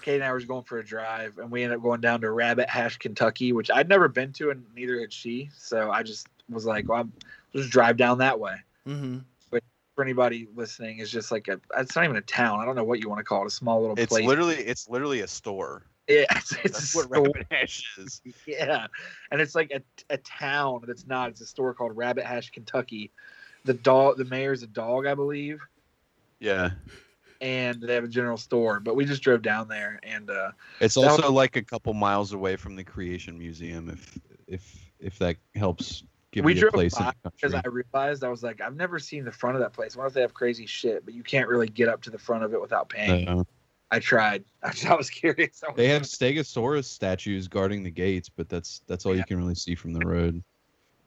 Kate and I were going for a drive, and we ended up going down to Rabbit Hash, Kentucky, which I'd never been to, and neither had she. So I just was like, well, I'm just drive down that way. Mm-hmm. For anybody listening, is just like a. It's not even a town. I don't know what you want to call it. A small little It's place. literally it's literally a store. yeah, it's, it's That's a what store. rabbit hash is. Yeah, and it's like a, a town that's not. It's a store called Rabbit Hash, Kentucky. The dog, the mayor's a dog, I believe, Yeah. and they have a general store. But we just drove down there, and uh, It's that was- also like a couple miles away from the Creation Museum, if if if that helps give we you a drove place. in by the because I country. realized I was like, I've never seen the front of that place. I wonder if they have crazy shit, but you can't really get up to the front of it without paying. So, I tried. I, I was curious. I was they have Stegosaurus statues guarding the gates, but that's that's all you can really see from the road.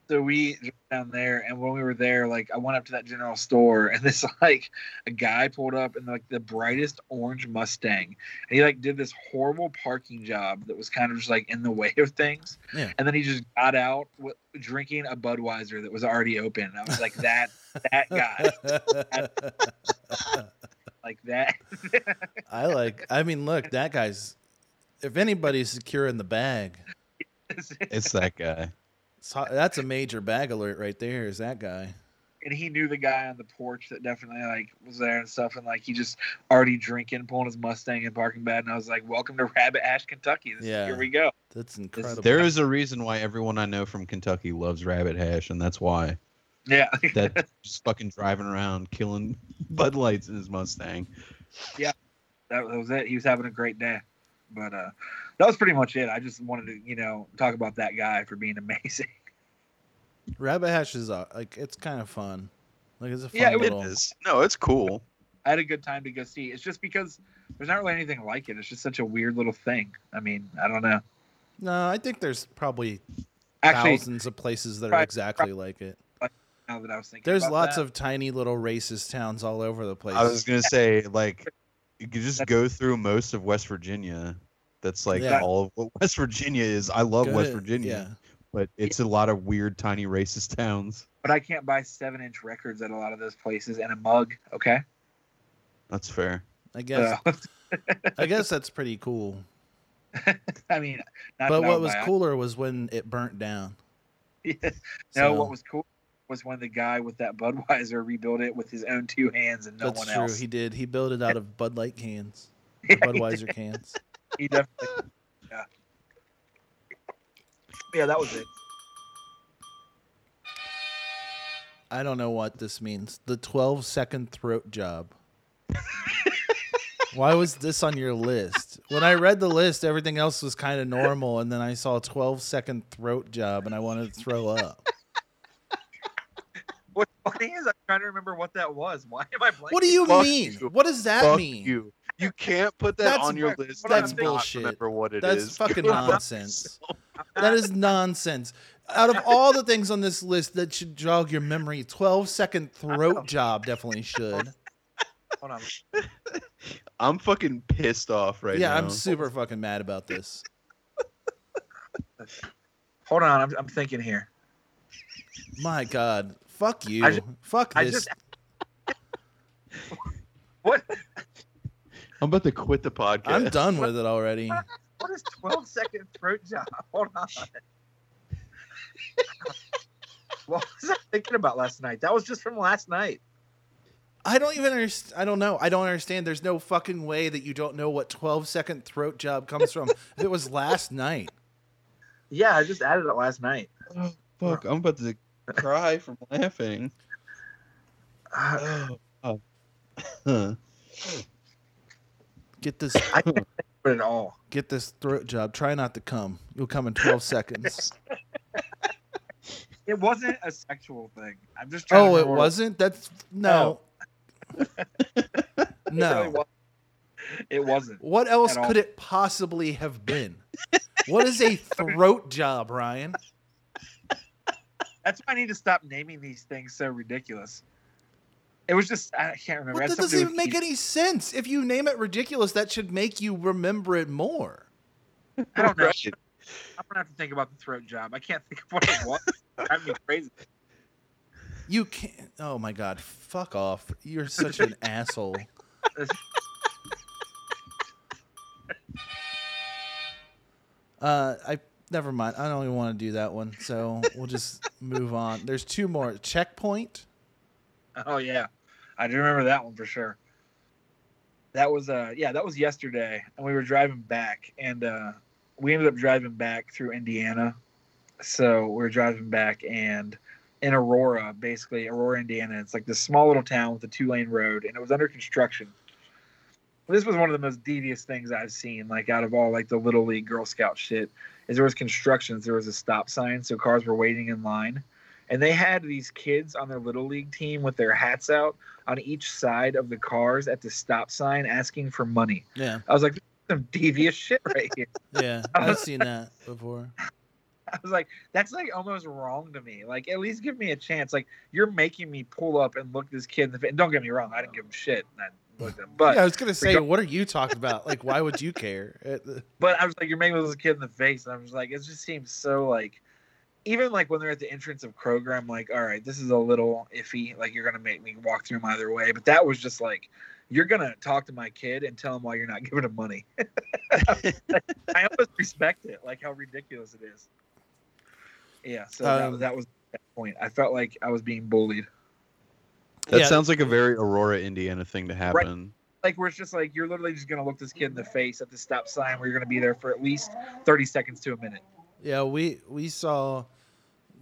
so we drove down there and when we were there like i went up to that general store and this like a guy pulled up in like the brightest orange mustang and he like did this horrible parking job that was kind of just like in the way of things Yeah. and then he just got out with, drinking a budweiser that was already open and i was like that that guy like that I like. I mean, look, that guy's. If anybody's secure in the bag, It's that guy. it's hot- that's a major bag alert right there. Is that guy? and he knew the guy on the porch that definitely like was there and stuff and like he just already drinking pulling his mustang and parking bad and i was like welcome to rabbit ash kentucky this, Yeah. here we go That's incredible. There is a reason why everyone I know from Kentucky loves rabbit hash, and that's why yeah that just fucking driving around killing Bud Lights in his Mustang. that was it. He was having a great day. But uh, that was pretty much it. I just wanted to, you know, talk about that guy for being amazing. Rabbit hash is uh, like it's kind of fun. Like it's a fun Yeah, it little. No, it's cool. I had a good time to go see. It's just because there's not really anything like it. It's just such a weird little thing. I mean, I don't know. No, I think there's probably Actually, thousands of places that are Pri- exactly like it. now that I was thinking, There's lots of tiny little racist towns all over the place. I was gonna say like you could just go through most of West Virginia. That's like Yeah. all of what West Virginia is. I love Go West to- Virginia, but it's a lot of weird, tiny racist towns. but I can't buy seven-inch records at a lot of those places and a mug. Okay, That's fair. Yeah, I guess. Uh, I guess that's pretty cool. I mean, not but that I what would was buy it. cooler was when it burnt down. Yeah. So, No, what was cool was when the guy with that Budweiser rebuilt it with his own two hands and no that's one true. else. He did. He built it out of Bud Light cans, Yeah, or he Budweiser cans. he definitely. Yeah. Yeah, that was it. I don't know what this means. The 12 second throat job. Why was this on your list? When I read the list, everything else was kind of normal, and then I saw 12 second throat job, and I wanted to throw up. What's funny is I'm trying to remember what that was. Why am I blanking? What do you Fuck mean? you. What does that Fuck mean? you. You can't put that That's on your what- list. what I'm and thinking. not Bullshit. Remember what it is? That's fucking nonsense. that is nonsense. Out of all the things on this list that should jog your memory, 12 second throat job definitely should. Hold on. I'm fucking pissed off right yeah, now. I'm super fucking mad about this. Hold on. I'm, I'm thinking here. My God. Fuck you. I just- Fuck I this. just- What? I'm about to quit the podcast. I'm done with it already. What is 12 second throat job? Hold on. what was I thinking about last night? That was just from last night. I don't even understand. I don't know. I don't understand. There's no fucking way that you don't know what 12 second throat job comes from. if it was last night. Yeah, I just added it last night. Oh, fuck, I'm about to cry from laughing. Uh, Oh, oh. Huh. Get this I can't think of it at all. get this throat job. Try not to come. You'll come in 12 seconds. It wasn't a sexual thing. I'm just trying to Oh, it remember what- wasn't? That's no. really no. was- It wasn't. What else At all. could it possibly have been? What is a throat job, Ryan? That's why I need to stop naming these things so ridiculous. It was just I can't What, remember. It had that doesn't something to do even make with any sense. If you name it ridiculous, that should make you remember it more. heat. I don't know. Right. I'm gonna have to think about the throat job. I can't think of what it was. Driving me crazy. You can't. Oh my God. Fuck off. You're such an asshole. Uh, I never mind. I don't even want to do that one. So we'll just move on. There's two more. Checkpoint. Oh yeah, I do remember that one for sure. That was uh yeah that was yesterday, and we were driving back, and uh, we ended up driving back through Indiana. So we are driving back, and in Aurora, basically Aurora, Indiana, it's like this small little town with a two lane road, and it was under construction. this was one of the most devious things I've seen. Like out of all like the little league Girl Scout shit, is there was constructions. There was a stop sign, so cars were waiting in line, and they had these kids on their little league team with their hats out on each side of the cars at the stop sign, asking for money. Yeah. I was like, this is some devious shit right here. Yeah. I've seen that before. I was like, that's like almost wrong to me. Like, at least give me a chance. Like, you're making me pull up and look this kid in the face. And don't get me wrong, I didn't give him shit. and I looked at him, but yeah, I was gonna say, regard- what are you talking about? Like, why would you care? It- the- but I was like, you're making me look this kid in the face, and I was like, it just seems so like, even like when they're at the entrance of Kroger, I'm like, all right, this is a little iffy. Like, you're gonna make me walk through him either way. But that was just like, you're gonna talk to my kid and tell him why you're not giving him money. I almost respect it, like how ridiculous it is. Yeah, so Um, that, that was that point. I felt like I was being bullied. That Yeah. sounds like a very Aurora, Indiana thing to happen. Like where it's just like you're literally just gonna look this kid in the face at the stop sign where you're gonna be there for at least thirty seconds to a minute. Yeah, we we saw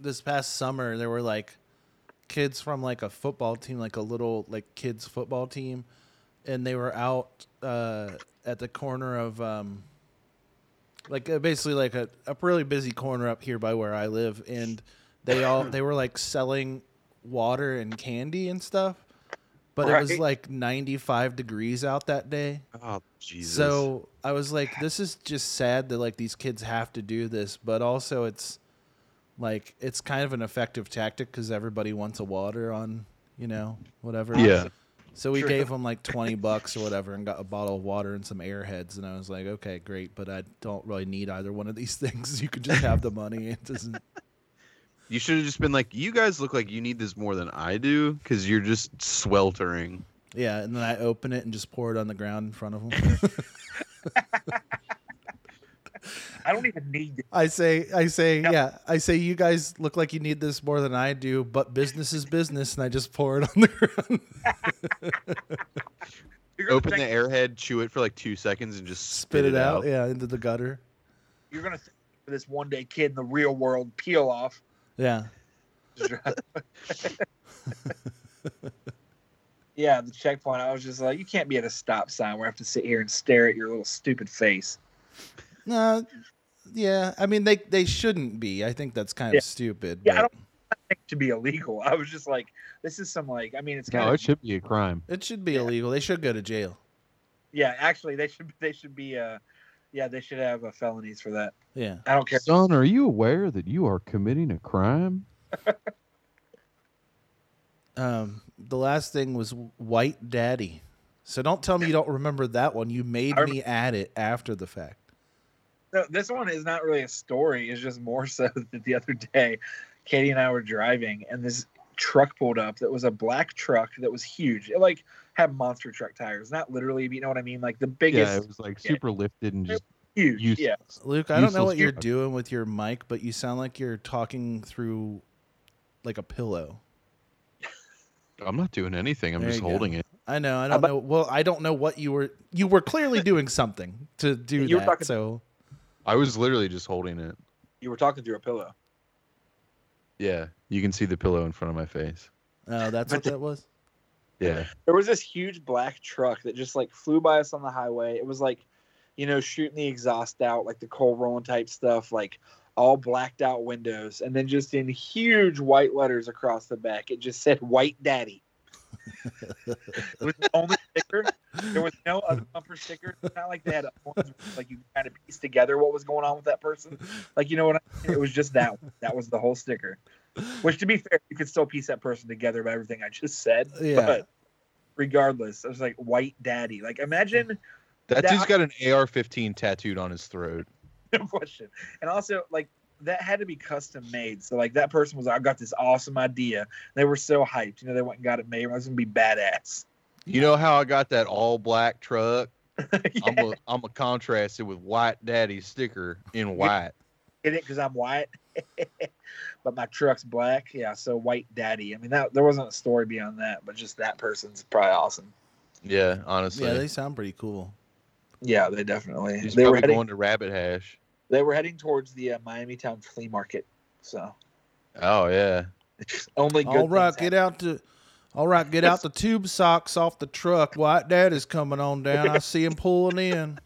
this past summer there were like kids from like a football team, like a little like kids football team, and they were out uh, at the corner of um, like uh, basically like a, a really busy corner up here by where I live, and they all they were like selling water and candy and stuff, but it was Right. like ninety five degrees out that day. Oh Jesus! So I was like, this is just sad that like these kids have to do this, but also it's like it's kind of an effective tactic because everybody wants a water on you know whatever. Yeah. So we True. gave them like twenty bucks or whatever and got a bottle of water and some airheads and I was like, okay, great, but I don't really need either one of these things. You could just have the money. It doesn't. you should have just been like, you guys look like you need this more than I do, because you're just sweltering. Yeah, and then I open it and just pour it on the ground in front of them. I don't even need it. I say, I say, Yep. yeah, I say, you guys look like you need this more than I do, but business is business, and I just pour it on the ground. You're gonna Open the think- airhead, chew it for like two seconds, and just spit, spit it out, yeah, into the gutter. You're gonna think for this one day kid in the real world peel off. Yeah, yeah, the checkpoint. I was just like, you can't be at a stop sign where I have to sit here and stare at your little stupid face. no, yeah. I mean, they they shouldn't be. I think that's kind Yeah. of stupid. Yeah, I but don't think it should be illegal. I was just like, this is some like. I mean, it's kind No, of it should be a crime. it should be illegal. They should go to jail. yeah. Actually, they should they should be uh, yeah, they should have uh, felonies for that. Yeah, I don't care. Son, are you aware that you are committing a crime? Um, the last thing was White Daddy. So don't tell me you don't remember that one. You made I rem- me add it after the fact. No, this one is not really a story. It's just more so that the other day, Katie and I were driving, and this truck pulled up that was a black truck that was huge. It like had monster truck tires, not literally, but you know what I mean, like the Yeah, biggest, it was like Yeah. super lifted and just huge. useless. Yeah, Luke, I don't know Useless what you're truck. doing with your mic, but you sound like you're talking through like a pillow. I'm not doing anything. I'm There just you go. holding it. I know. Uh, I don't know. Well, I don't know what you were. You were clearly doing something to do You were that. talking- so I was literally just holding it. you were talking through a pillow. Yeah, you can see the pillow in front of my face. uh, that's what that was. Yeah, There was this huge black truck that just like flew by us on the highway. It was like, you know, shooting the exhaust out, like the coal rolling type stuff, like all blacked out windows, and then just in huge white letters across the back, it just said "White Daddy." it was the only sticker. There was no other bumper sticker. It's not like they had ones where, like you kind of piece together what was going on with that person. Like you know what? I mean? It was just that. One. That was the whole sticker. Which, to be fair, you could still piece that person together by everything I just said. Yeah. But regardless, I was like white daddy. Like imagine that, That- dude's got an AR-15 tattooed on his throat. no question. And also, like that had to be custom made. So like that person was, like, I got this awesome idea. They were so hyped, you know, they went and got it made. I was gonna be badass. You know how I got that all black truck? yeah, I'm a I'm a contrast it with white daddy sticker in white. get it because I'm white, but my truck's black. Yeah, so white daddy. I mean, that there wasn't a story beyond that, but just that person's probably awesome. Yeah, honestly. yeah, they sound pretty cool. Yeah, they definitely. He's they were probably heading. going to Rabbit Hash. They were heading towards the uh, Miami Town flea market. So Oh yeah. only good. All right, things happen. get out to. All right, get out the tube socks off the truck. White Daddy's coming on down. I see him pulling in.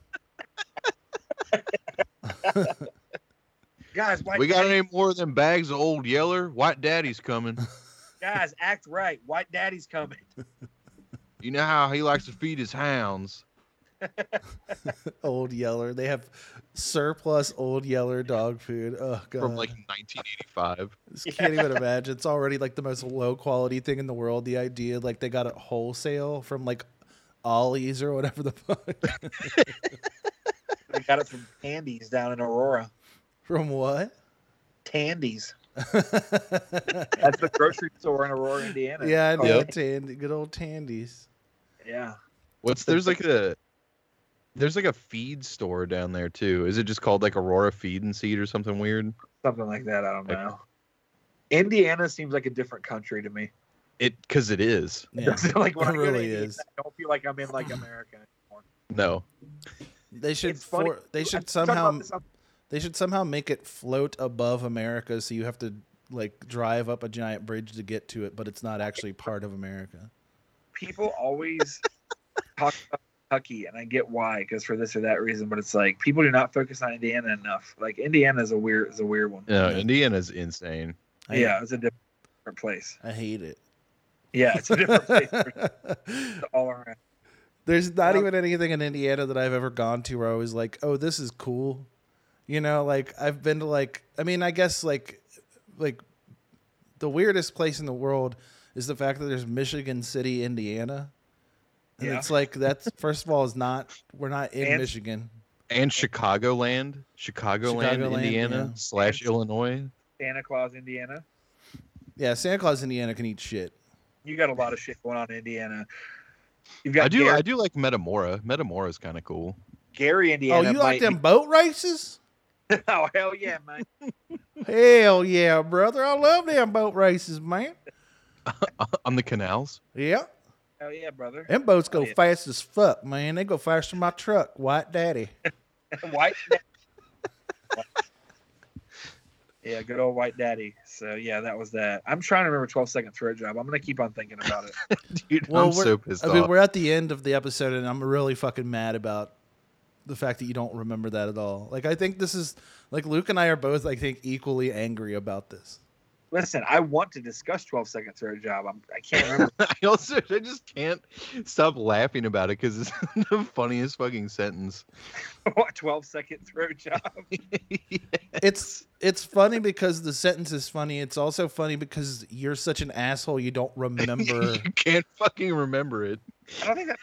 Guys, White we got Daddy- any more than bags of old Yeller? White Daddy's coming. Guys, act right. White Daddy's coming. You know how he likes to feed his hounds. Old Yeller. They have surplus Old Yeller dog food. Oh god. From like 1985. Just can't even imagine. It's already like the most low quality thing in the world. The idea like they got it wholesale from like Ollie's or whatever the fuck. We got it from Tandy's down in Aurora. from what? Tandy's. That's the grocery store in Aurora, Indiana. Yeah, I It's know called- Tandy, good old Tandy's. Yeah. What's there's like a there's like a feed store down there too. Is it just called like Aurora Feed and Seed or something weird? Something like that. I don't Like- know. Indiana seems like a different country to me. It because it is. Yeah, It's like when I it go to really Indiana, is. I don't feel like I'm in like America. No. They should It's funny- for, they I should was talking about somehow this on- they should somehow make it float above America so you have to like drive up a giant bridge to get to it, but it's not actually part of America. people always talk about Kentucky, and I get why, because for this or that reason. But it's like people do not focus on Indiana enough. Like Indiana is a weird is a weird one. No, Indiana's insane. I- yeah, it's a different place. I hate it. Yeah, it's a different place all around. There's not even anything in Indiana that I've ever gone to where I was like, "Oh, this is cool." You know, like I've been to like I mean, I guess like like the weirdest place in the world is the fact that there's Michigan City, Indiana. And Yeah. it's like that's first of all is not we're not in And- Michigan. And Chicagoland, Chicagoland, Chicagoland, Indiana yeah. slash Illinois. Santa Claus, Indiana. Yeah, Santa Claus, Indiana can eat shit. You got a lot of shit going on in Indiana. You've got I do Gary, I do like Metamora. Metamora's kind of cool. Gary, Indiana. oh, you like might them boat races? be- oh hell yeah, man! Hell yeah, brother. I love them boat races, man. On the canals. Yeah. Hell yeah, brother! Them boats go Oh, yeah. fast as fuck, man. They go faster than my truck, White Daddy. White. yeah, good old white daddy. So yeah, that was that. I'm trying to remember 12 second throat job. I'm gonna keep on thinking about it. Dude, I'm we're- so pissed I mean, off. we're at the end of the episode, and I'm really fucking mad about the fact that you don't remember that at all. Like, I think this is like Luke and I are both, I think, equally angry about this. Listen, I want to discuss 12 second throat job. I'm, I can't remember. I also I just can't stop laughing about it because it's the funniest fucking sentence. what 12 second throat job. It's it's funny because the sentence is funny. It's also funny because you're such an asshole. You don't remember. you can't fucking remember it. I don't think that's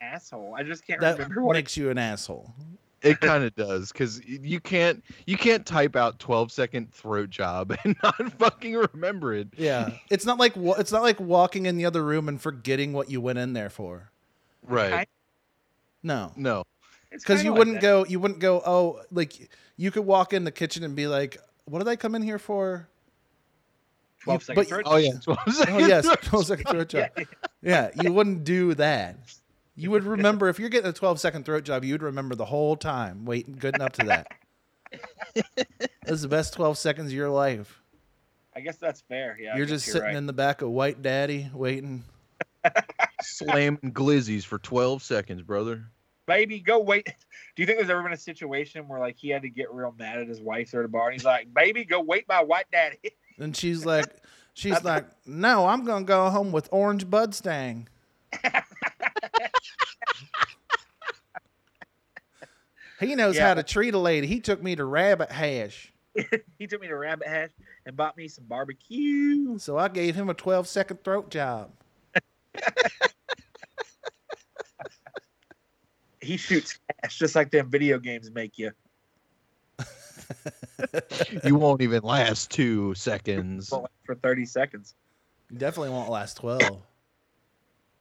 an asshole. I just can't that remember what. makes you an asshole. It kind of does because you can't you can't type out 12 second throat job and not fucking remember it. Yeah, it's not like wa- it's not like walking in the other room and forgetting what you went in there for. Right? No, No. it's because kinda you like wouldn't that. go. You wouldn't go. Oh, like you could walk in the kitchen and be like, "What did I come in here for?" 12 you- second but- throat. Oh yeah. 12 Oh second yes, throat twelve second throat job. Oh, Yeah, you wouldn't do that. You would remember if you're getting a twelve second throat job, you'd remember the whole time waiting, getting up to that. this is the best twelve seconds of your life. I guess that's fair. Yeah, I you're guess just sitting right. in the back of White Daddy waiting. slamming glizzies for 12 seconds, brother. baby, go wait. Do you think there's ever been a situation where like he had to get real mad at his wife at a bar and he's like, "Baby, go wait my white daddy." And she's like, she's like, no, I'm gonna go home with Orange Bud Stang. he knows Yeah. how to treat a lady. He took me to Rabbit Hash, he took me to Rabbit Hash and bought me some barbecue. so I gave him a 12 second throat job. He shoots cash just like them video games make you. You won't even last two seconds. Won't last for 30 seconds. Definitely won't last 12.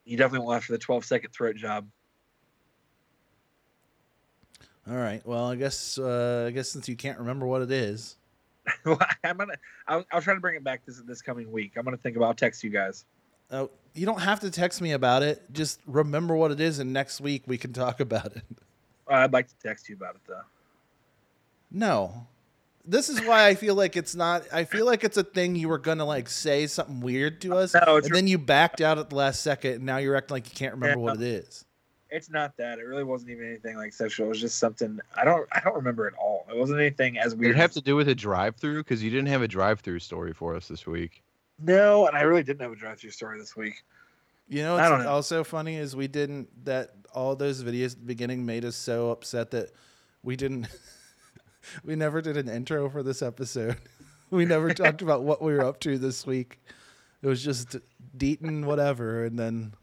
You definitely won't last for the 12 second throat job. All right. Well, I guess uh, I guess since you can't remember what it is, Well, I'm gonna. I'll, I'll try to bring it back this this coming week. I'm gonna think about. I'll text you guys. oh, you don't have to text me about it. Just remember what it is, and next week we can talk about it. Uh, I'd like to text you about it though. No, this is why I feel like it's not. I feel like it's a thing you were gonna like say something weird to us, and No, it's then you backed out at the last second, and now you're acting like you can't remember what it is. It's not that. It really wasn't even anything like sexual. It was just something I don't I don't remember at all. It wasn't anything as We'd weird. have to do with a drive-through because you didn't have a drive-through story for us this week. No, and I really didn't have a drive through story this week. You know, I what's don't know. also funny is we didn't that all those videos at the beginning made us so upset that we didn't. we never did an intro for this episode. we never talked about what we were up to this week. It was just Deaton whatever, and then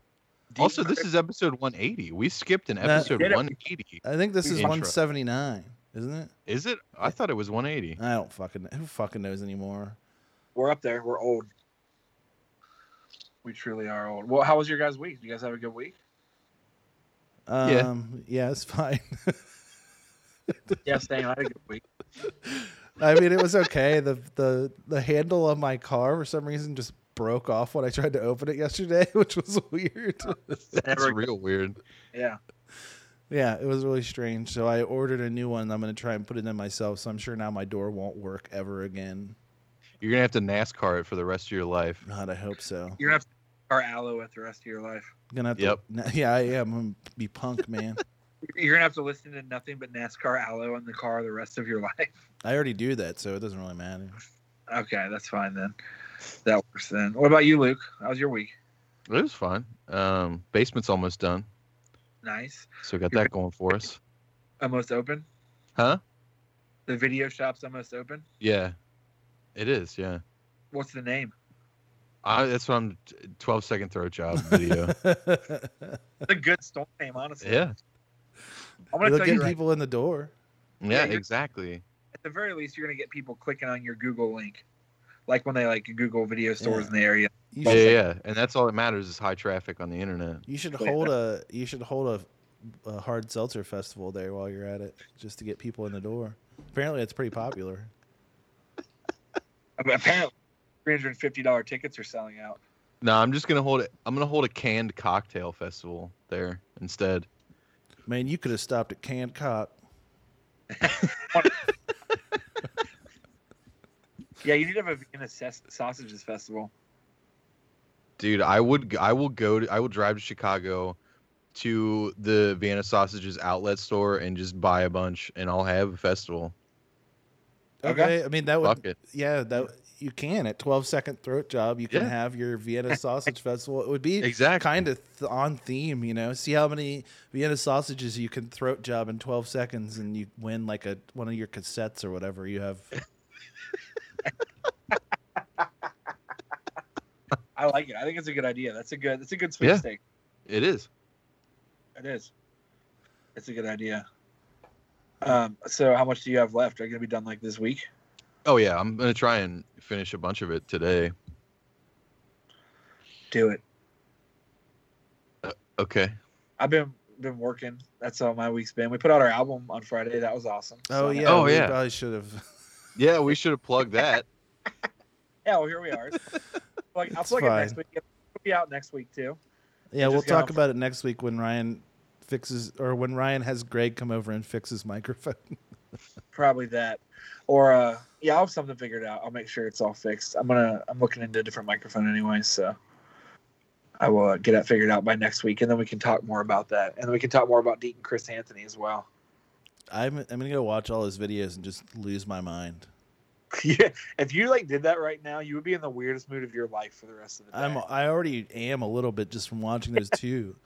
Also, this is episode 180. We skipped an No. episode Did it. 180. I think this is Intro. 179, isn't it? Is it? I thought it was 180. I don't fucking know. Who fucking knows anymore? We're up there. We're old. We truly are old. Well, how was your guys' week? Did you guys have a good week? Yeah. Um, yeah. it's fine. yeah, same. I had a good week. I mean, it was okay. the the The handle of my car, for some reason, just broke off when I tried to open it yesterday, which was weird. That's real weird. Yeah. yeah, it was really strange. So I ordered a new one. and I'm going to try and put it in myself. So I'm sure now my door won't work ever again. You're gonna have to NASCAR it for the rest of your life. God, I hope so. You're gonna have to car aloe it the rest of your life. gonna have Yep. to. Yeah, I am. I'm gonna be punk, man. You're gonna have to listen to nothing but NASCAR aloe in the car the rest of your life. I already do that, so it doesn't really matter. Okay, that's fine then. That works then. What about you, Luke? How was your week? It was fun. Um, basement's almost done, Nice. so we got that going for us, Almost open. huh? The video shop's almost open. Yeah, it is. Yeah, What's the name? I, that's what I'm. 12 second throw job video. It's a good store name, honestly. yeah, I'm gonna It'll tell you get right. people in the door. yeah, you're- exactly. At the very least, you're gonna get people clicking on your Google link, like when they like Google video stores in the area. You Yeah, should- yeah, and that's all that matters is high traffic on the internet. You should Wait, uh, hold a you should hold a, a hard seltzer festival there while you're at it, just to get people in the door. Apparently, it's pretty popular. I mean, apparently, three hundred and fifty dollar tickets are selling out. No, I'm just gonna hold it. I'm gonna hold a canned cocktail festival there instead. Man, you could have stopped at Canned Cock. Yeah, you need to have a Vienna Saus- sausages festival. Dude, I would. g- I will go. To, I will drive to Chicago, to the Vienna Sausages outlet store and just buy a bunch, and I'll have a festival. Okay. Okay. I mean that would Fuck it. yeah that you can at 12 second throat job you can Yeah. have your Vienna sausage festival. It would be Exactly. kind of th- on theme, you know. See how many Vienna sausages you can throat job in 12 seconds, and you win like a one of your cassettes or whatever you have. I like it. I think it's a good idea. That's a good. That's a good Yeah. sweepstake. It is. It is. It's a good idea. Um. So, how much do you have left? Are you gonna be done like this week? Oh yeah, I'm gonna try and finish a bunch of it today. Do it. Okay. I've been been working. That's how my week's been. We put out our album on Friday. That was awesome. Oh So- yeah, Oh, we yeah. probably should have. Yeah, we should have plugged that. Yeah. Well, here we are. like I'll It's plug it next fine. week. It'll be out next week too. Yeah, We we'll just got talk off- about it next week when Ryan fixes or when Ryan has Greg come over and fix his microphone. Probably that. Or uh, yeah, I'll have something figured out. I'll make sure it's all fixed. I'm gonna. I'm looking into a different microphone anyway, so I will uh, get that figured out by next week, and then we can talk more about that, and then we can talk more about Deacon Chris Anthony as well. I'm I'm gonna go watch all his videos and just lose my mind. yeah. If you like did that right now, you would be in the weirdest mood of your life for the rest of the day. I'm I already am a little bit just from watching those two.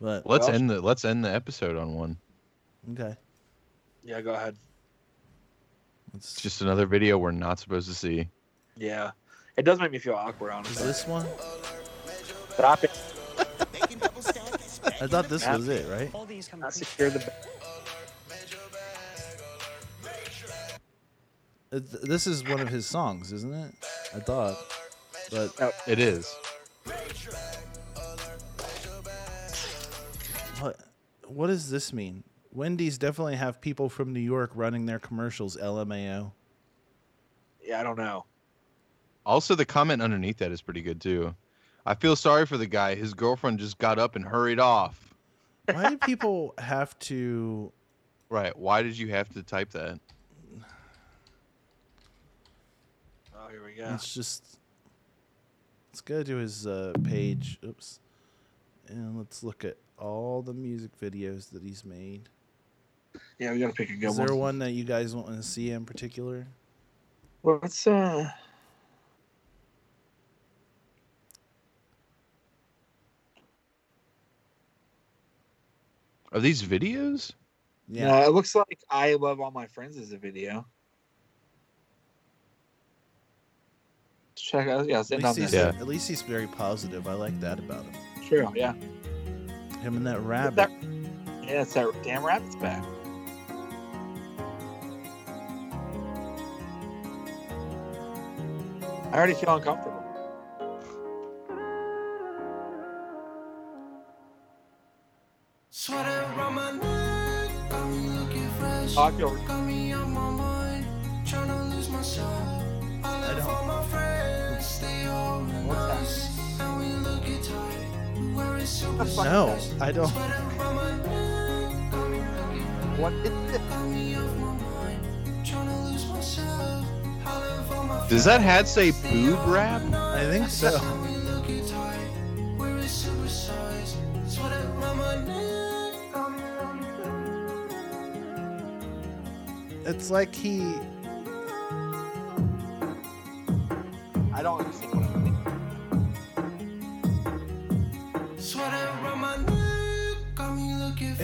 But Let's Well- end the let's end the episode on one. okay, yeah. Go ahead. let's It's just just another video we're not supposed to see. Yeah. It does make me feel awkward, is honestly. this one. Stop it. I thought this was it, right? All these come I secure the It- This is one of his songs, isn't it? I thought, but It is. what what does this mean? Wendy's definitely have people from New York running their commercials. LMAO. Yeah, I don't know. Also, the comment underneath that is pretty good too. I feel sorry for the guy. His girlfriend just got up and hurried off. Why do people have to Right. Why did you have to type that? Oh, here we go. Let's just let's go to his uh, page. Oops, and let's look at all the music videos that he's made. Yeah, we gotta pick a good Is there one. one that you guys want to see in particular? Well, let's uh. Are these videos? Yeah, it looks like I love all my friends is a video. Check out, yeah, it's At in least, on this. he's, at least he's very positive. I like that about him. True, yeah. Him and that rabbit. Yeah, it's that damn rabbit's back. I already feel uncomfortable. Sweater around my neck, got me looking fresh. I feel- Got me on my mind, trying to lose myself. I left all my friends, they all nice. And we look at tight, we wearing super No, I don't. What Does that hat say boob rap? I think so. It's like he. I don't understand what I'm thinking.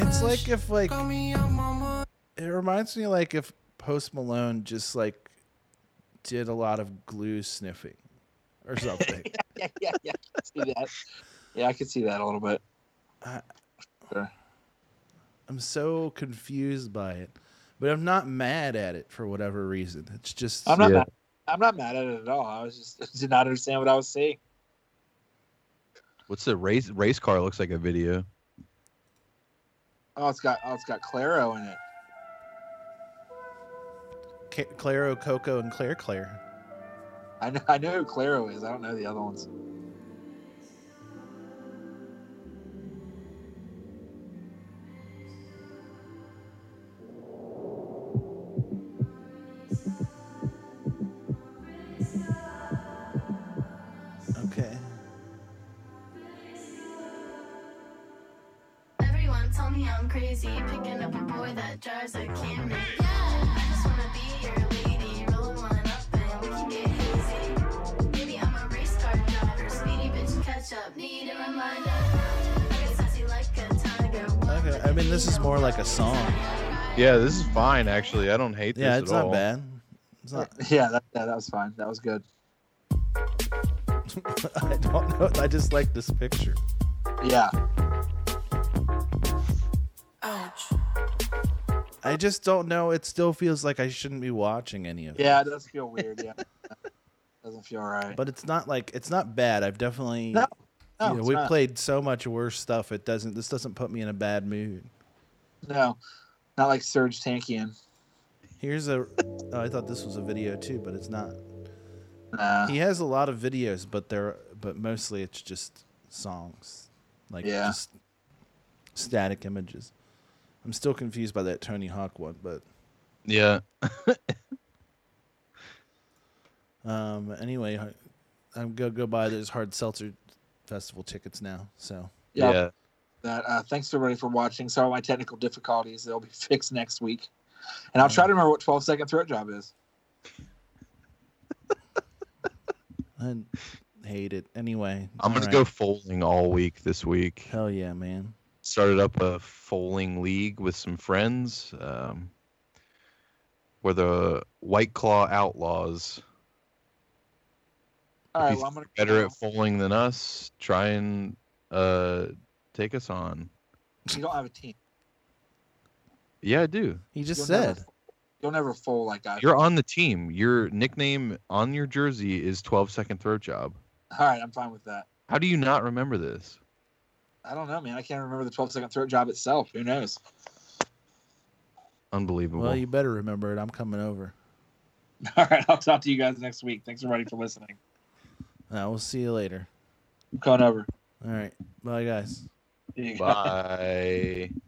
It's like if like. It reminds me like if Post Malone just like did a lot of glue sniffing or something. yeah, yeah, yeah. I can see that. Yeah, I can see that a little bit. I- Sure. I'm so confused by it, but I'm not mad at it for whatever reason. It's just I'm not mad. I'm not mad at it at all. I was just did not understand what I was seeing. What's the race race car looks like a video? Oh, it's got oh, it's got Claro in it. Ca- Claro, Coco, and Claire Claire. I know I know who Claro is. I don't know the other ones. Okay. Everyone tell me I'm crazy, picking up a boy that drives a Camry. Yeah, I just wanna be your lady, roll one up and we can get hazy. Maybe I'm a race car driver, speedy bitch catch up, need a reminder. I get sassy like a tiger. Okay. I mean, this is more like a song. Yeah, this is fine actually. I don't hate this Yeah, at it's not all. bad. It's not. Yeah, that, yeah, that was fine. That was good. I don't know. I just like this picture. Yeah. I just don't know. It still feels like I shouldn't be watching any of it. Yeah, it does feel weird. Yeah. Doesn't feel right. But it's not like it's not bad. I've definitely. No, no, you know, it's we not. played so much worse stuff. It doesn't. This doesn't put me in a bad mood. No, not like Serge Tankian. Here's a. Oh, I thought this was a video too, but it's not. Nah. He has a lot of videos, but they're but mostly it's just songs, like Yeah. just static images. I'm still confused by that Tony Hawk one, but Yeah. um. Anyway, I- I'm gonna go buy those hard seltzer festival tickets now. So Yeah. That uh, thanks everybody for watching. Sorry my technical difficulties. They'll be fixed next week. And I'll try to remember what 12 second throat job is. I hate it. Anyway, I'm gonna go foaling all week this week. Hell yeah, man! Started up a foaling league with some friends. Um, we're the White Claw Outlaws. All right, If you well, Oh, I'm gonna think you're better at foaling than us. Try and uh, take us on. you don't have a team. Yeah, I do. He just You'll never- said. You'll never fool like I You're on the team. Your nickname on your jersey is 12 second throw job. All right, I'm fine with that. How do you not remember this? I don't know, man. I can't remember the 12 second throat job itself. Who knows? Unbelievable. Well, you better remember it. I'm coming over. All right, I'll talk to you guys next week. Thanks everybody for listening. I will see you later. I'm coming over. All right, bye guys. See you guys. Bye.